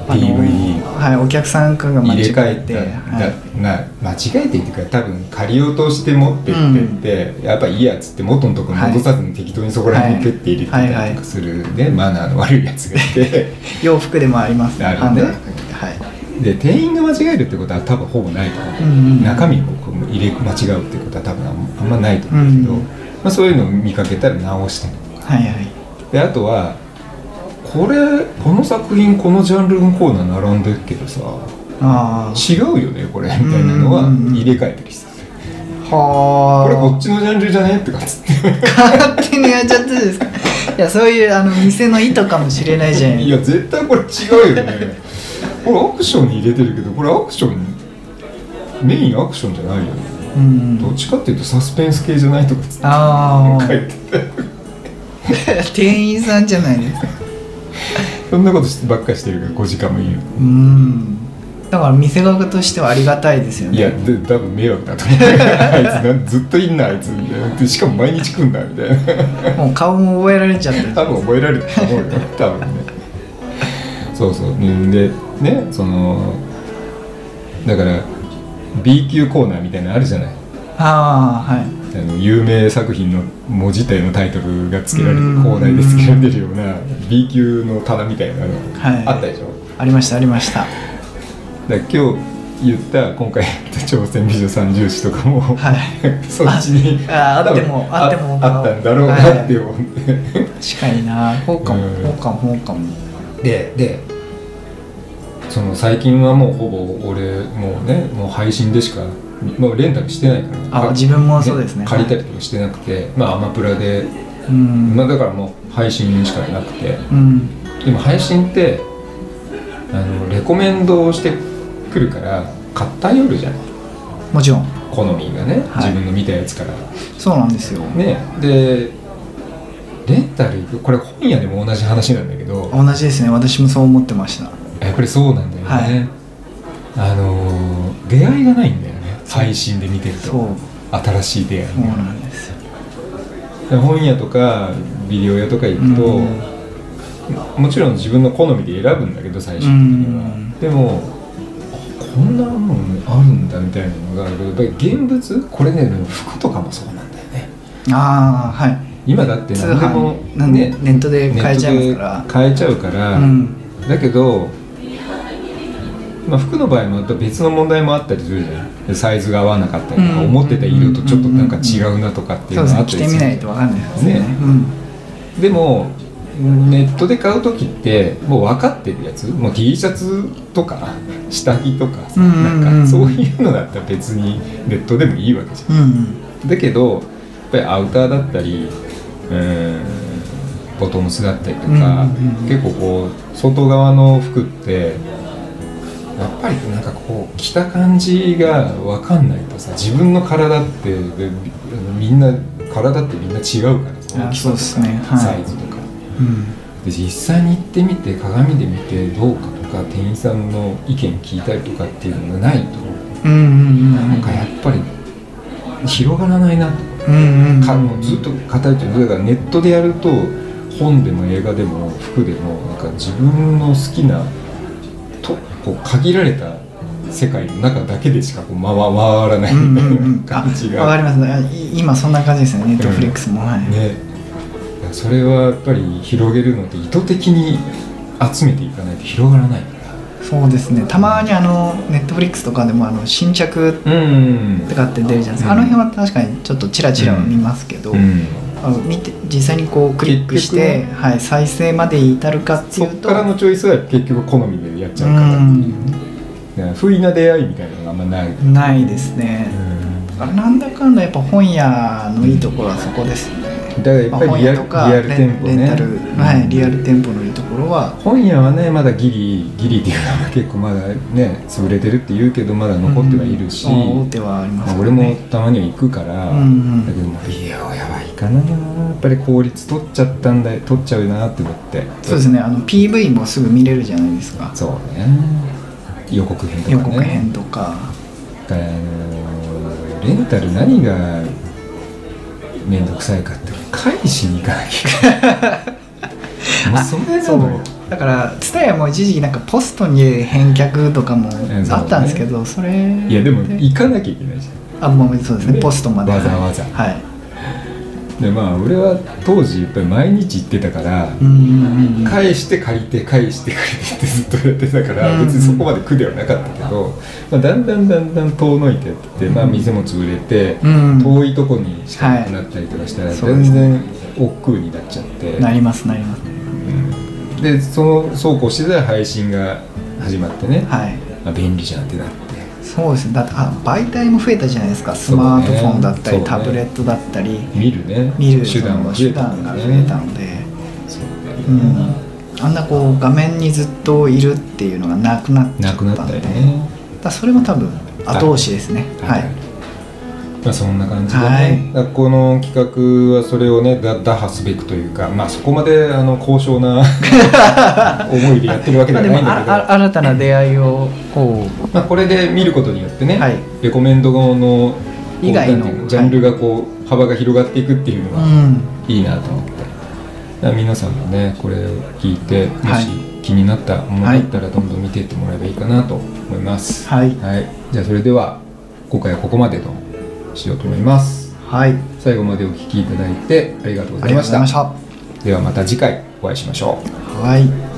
Speaker 2: あの
Speaker 1: DVD
Speaker 2: はいお客さんが間
Speaker 1: 入
Speaker 2: 違
Speaker 1: れ替
Speaker 2: え
Speaker 1: え
Speaker 2: て
Speaker 1: て、
Speaker 2: はい
Speaker 1: な間違えてっていうか多分借りようとして持ってってって、やっぱいいやつって元のところに戻さずに適当にそこら辺にペッて入れて
Speaker 2: は
Speaker 1: た
Speaker 2: い
Speaker 1: り
Speaker 2: は
Speaker 1: と
Speaker 2: い
Speaker 1: かするねマナーの悪いやつがいて
Speaker 2: <laughs> 洋服でもあります
Speaker 1: あるね
Speaker 2: ハンドバッグはい
Speaker 1: で店員が間違えるってことは多分ほぼないと思う、
Speaker 2: うんうん
Speaker 1: 中身をこう入れ間違うってことは多分あんあんまないと思うけど、
Speaker 2: うん
Speaker 1: まあ、そういうのを見かけたら直してる
Speaker 2: はいはい
Speaker 1: であとはこれこの作品このジャンルのコーナー並んでるけどさ
Speaker 2: あ
Speaker 1: 違うよねこれみたいなのは
Speaker 2: うんうんうん
Speaker 1: 入れ替えたりして
Speaker 2: あ
Speaker 1: こ
Speaker 2: はあ <laughs>
Speaker 1: れこっちのジャンルじゃねとかっつって
Speaker 2: 勝手にやっちゃってるんですか <laughs> いやそういうあの店の意図かもしれないじゃん
Speaker 1: いや絶対これ違うよねこれアクションに入れてるけどこれアクションメインアクションじゃないよね
Speaker 2: うん
Speaker 1: どっちかっていうとサスペンス系じゃないとかつって
Speaker 2: あ
Speaker 1: 書
Speaker 2: あ
Speaker 1: いてて
Speaker 2: 店員さんじゃないですか
Speaker 1: そんなことしてばっかしてるから5時間もいいよ
Speaker 2: うんだから店側としてはありがたいですよね
Speaker 1: いやで多分迷惑だと思う <laughs> あいつなんずっといんなあいつみたいなでしかも毎日来んなみたいな
Speaker 2: もう顔も覚えられちゃってる
Speaker 1: 多分覚えられたと思うよ多分ねそうそううんでねそのだから B 級コーナーみたいなのあるじゃない
Speaker 2: ああはい
Speaker 1: あの有名作品の文字体のタイトルが付けられて
Speaker 2: うん
Speaker 1: 広大で付けられてるような B 級の棚みたいなの
Speaker 2: はい
Speaker 1: あったでしょ
Speaker 2: ありましたありました
Speaker 1: だから今日言った今回やった朝鮮美女三重視とかも、
Speaker 2: はい
Speaker 1: <laughs> そっちに
Speaker 2: あああ
Speaker 1: 多
Speaker 2: って
Speaker 1: 分
Speaker 2: もあっても
Speaker 1: ああったんだろうなって思って、
Speaker 2: 確かになほうかも
Speaker 1: うん
Speaker 2: ほうかもほうかも
Speaker 1: ででその最近はもうほぼ俺もうねもう配信でしかもうレンタルしてないから
Speaker 2: あ
Speaker 1: か
Speaker 2: 自分もそうですね
Speaker 1: 借りたりとかしてなくてまあアマプラで、
Speaker 2: うん
Speaker 1: まあ、だからもう配信しかなくて
Speaker 2: うん
Speaker 1: でも配信ってあのレコメンドをしてくるから買った夜じゃない
Speaker 2: もちろん
Speaker 1: 好みがね、
Speaker 2: はい
Speaker 1: 自分の見たやつから
Speaker 2: そうなんですよ
Speaker 1: ねでレンタルこれ本屋でも同じ話なんだけど
Speaker 2: 同じですね私もそう思ってました
Speaker 1: やっぱりそうなんだよね、
Speaker 2: はい
Speaker 1: あのー出会いがないんだよね配信で見てる
Speaker 2: そう
Speaker 1: と新しい出会
Speaker 2: そう
Speaker 1: いが
Speaker 2: なんですよ
Speaker 1: で本屋とかビデオ屋とか行くと、
Speaker 2: うん
Speaker 1: もちろん自分の好みで選ぶんだけど最終的には、
Speaker 2: うん
Speaker 1: でもあこんなもんあるんだみたいなのがあるやっぱり現物これねでも服とかもそうなんだよね
Speaker 2: ああはい
Speaker 1: 今だって
Speaker 2: 通
Speaker 1: 何でも
Speaker 2: 販なんで
Speaker 1: ね
Speaker 2: ネットで買えちゃいま
Speaker 1: ネ
Speaker 2: すか
Speaker 1: ッ
Speaker 2: ら
Speaker 1: トで買えちゃうから、
Speaker 2: うん
Speaker 1: だけど、まあ、服の場合もまた別の問題もあったりするじゃんサイズが合わなかったりとか、
Speaker 2: うん
Speaker 1: 思ってた色とちょっとなんか違うなとかっていう
Speaker 2: そう
Speaker 1: のがあった
Speaker 2: ですね着
Speaker 1: り
Speaker 2: てみないとわかんないですね
Speaker 1: ね
Speaker 2: うん
Speaker 1: でもネットで買う時ってもう分かってるやつもう T シャツとか下着とかさ、
Speaker 2: うんうんうん
Speaker 1: なんかそういうのだったら別にネットでもいいわけじゃん
Speaker 2: うんうん
Speaker 1: だけどやっぱりアウターだったりうーんボトムスだったりと
Speaker 2: うんうん
Speaker 1: か、
Speaker 2: うん
Speaker 1: 結構こう外側の服ってやっぱりなんかこう着た感じが分かんないとさ自分の体ってでみんな体ってみんな違うからさ
Speaker 2: あ
Speaker 1: 大きさ
Speaker 2: そうっすね
Speaker 1: とか
Speaker 2: はい
Speaker 1: サイズとか、
Speaker 2: うん
Speaker 1: で実際に行ってみて鏡で見てどうかとか店員さんの意見聞いたりとかっていうのがないと
Speaker 2: うんうんうん
Speaker 1: なんかやっぱり広がらないなと
Speaker 2: うんうん
Speaker 1: かもうずっと語るというだからネットでやると本でも映画でも服でもなんか自分の好きなとこう限られた世界の中だけでしかこう回回らない
Speaker 2: うん
Speaker 1: み
Speaker 2: う
Speaker 1: たい
Speaker 2: ん <laughs> う
Speaker 1: な
Speaker 2: ん
Speaker 1: 感じ
Speaker 2: あ
Speaker 1: が、
Speaker 2: わかりますねあい今そんな感じですねネットフリックスも、はい、
Speaker 1: ねいやそれはやっぱり広げるのって意図的に集めていかないと広がらないから。
Speaker 2: そうですねたまにあのネットフリックスとかでもあの新着
Speaker 1: うん
Speaker 2: とかって出るじゃないですか、
Speaker 1: うん
Speaker 2: あの辺は確かにちょっとチラチラ見ますけど、
Speaker 1: うん
Speaker 2: あの見て実際にこうクリックして、
Speaker 1: 結
Speaker 2: はい、再生まで至るかって
Speaker 1: そ
Speaker 2: い
Speaker 1: っ
Speaker 2: うと
Speaker 1: からのチョイスは結局好みでやっちゃうからっていうねだから不意な出会いみたいなのがあんまない、う
Speaker 2: うんないですね、
Speaker 1: ん
Speaker 2: だからなんだかんだやっぱ本屋のいいところはそこですよね、
Speaker 1: だからやっ
Speaker 2: まあ
Speaker 1: ぱり
Speaker 2: 本
Speaker 1: リア
Speaker 2: 屋
Speaker 1: ル,、
Speaker 2: とか
Speaker 1: リ
Speaker 2: レ
Speaker 1: アル店
Speaker 2: ン
Speaker 1: 舗
Speaker 2: レ
Speaker 1: ね
Speaker 2: ンタル、はい、リアル店舗のいいところは
Speaker 1: 本屋はねまだギリギリっていうのは結構まだね潰れてるって言うけどまだ残ってはいるし、
Speaker 2: うん大手はありま
Speaker 1: まあ
Speaker 2: すから
Speaker 1: 俺もたまには行くから、
Speaker 2: うんうん
Speaker 1: だけどもういや親は行かないなやっぱり効率取っちゃったんだ取っちゃうなって思って
Speaker 2: そうですねあの PV もすぐ見れるじゃないですか
Speaker 1: そうね予告編とか
Speaker 2: 予
Speaker 1: ね
Speaker 2: 告編とか
Speaker 1: だからあのレンタル何が面倒くさいかって返しに行かなきゃいけな
Speaker 2: <laughs>
Speaker 1: いもうそれなのよ
Speaker 2: だから蔦屋も一時期なんかポストに返却とかも
Speaker 1: んそう
Speaker 2: あったんですけどそれ
Speaker 1: いやでも行かなきゃいけないじゃん
Speaker 2: あもうそうですねポストまで
Speaker 1: わざわざ
Speaker 2: はい
Speaker 1: でまあ俺は当時やっぱり毎日行ってたから、
Speaker 2: うんうんうん
Speaker 1: 返して借りて返して借りてってずっとやってたから、
Speaker 2: うん
Speaker 1: 別にそこまで苦ではなかったけど、まあ、だんだんだんだん遠のいてって、まあ、店も潰れて、
Speaker 2: うん
Speaker 1: 遠いとこにしかなくなったりとかしたら、
Speaker 2: はい
Speaker 1: 全然億劫になっちゃって
Speaker 2: なりますなります
Speaker 1: うんでそのそうこうしてたら配信が始まってね、
Speaker 2: はい
Speaker 1: まあ、便利じゃんってなって
Speaker 2: そうですねだってあ媒体も増えたじゃないですかスマートフォンだった
Speaker 1: そ
Speaker 2: り、
Speaker 1: うね
Speaker 2: タブレットだったり
Speaker 1: 見るね
Speaker 2: 見る
Speaker 1: 手段
Speaker 2: そ
Speaker 1: が
Speaker 2: の
Speaker 1: 増え
Speaker 2: 手
Speaker 1: たん
Speaker 2: 段
Speaker 1: だ
Speaker 2: が
Speaker 1: ね
Speaker 2: 増えたのでうん、あんなこう画面にずっといるっていうのがなくなっちゃ
Speaker 1: な
Speaker 2: っ
Speaker 1: く
Speaker 2: たん
Speaker 1: な
Speaker 2: で
Speaker 1: ったよね
Speaker 2: だからそれも多分後押しですねはい、
Speaker 1: まあそんな感じでね、
Speaker 2: はい
Speaker 1: だからこの企画はそれをねだ打破すべくというかまあそこまであの高尚
Speaker 2: <laughs>
Speaker 1: な思いでやってるわけで
Speaker 2: まあ、
Speaker 1: はない
Speaker 2: でも
Speaker 1: んだけど、
Speaker 2: ああ新たな出会いをこ
Speaker 1: まあ、これで見ることによってね、
Speaker 2: はい
Speaker 1: レコメンドの
Speaker 2: 以外の
Speaker 1: なんていうジャンルがこう幅が広がっていくっていうの
Speaker 2: う、う
Speaker 1: は、
Speaker 2: ん、
Speaker 1: いいなと思ってだから皆さんもねこれを聞いても
Speaker 2: はい
Speaker 1: し気になったものだったらどんどん見ていってもらえばいいかなと思います
Speaker 2: はい
Speaker 1: はい、じゃあそれでは今回はここまでとしようと思います
Speaker 2: はい
Speaker 1: 最後までお聞きいただいてありがとうご
Speaker 2: あ
Speaker 1: ざ
Speaker 2: り
Speaker 1: いま
Speaker 2: がとうご
Speaker 1: し
Speaker 2: ざい
Speaker 1: た
Speaker 2: ました
Speaker 1: ではまた次回お会いしましょう
Speaker 2: はい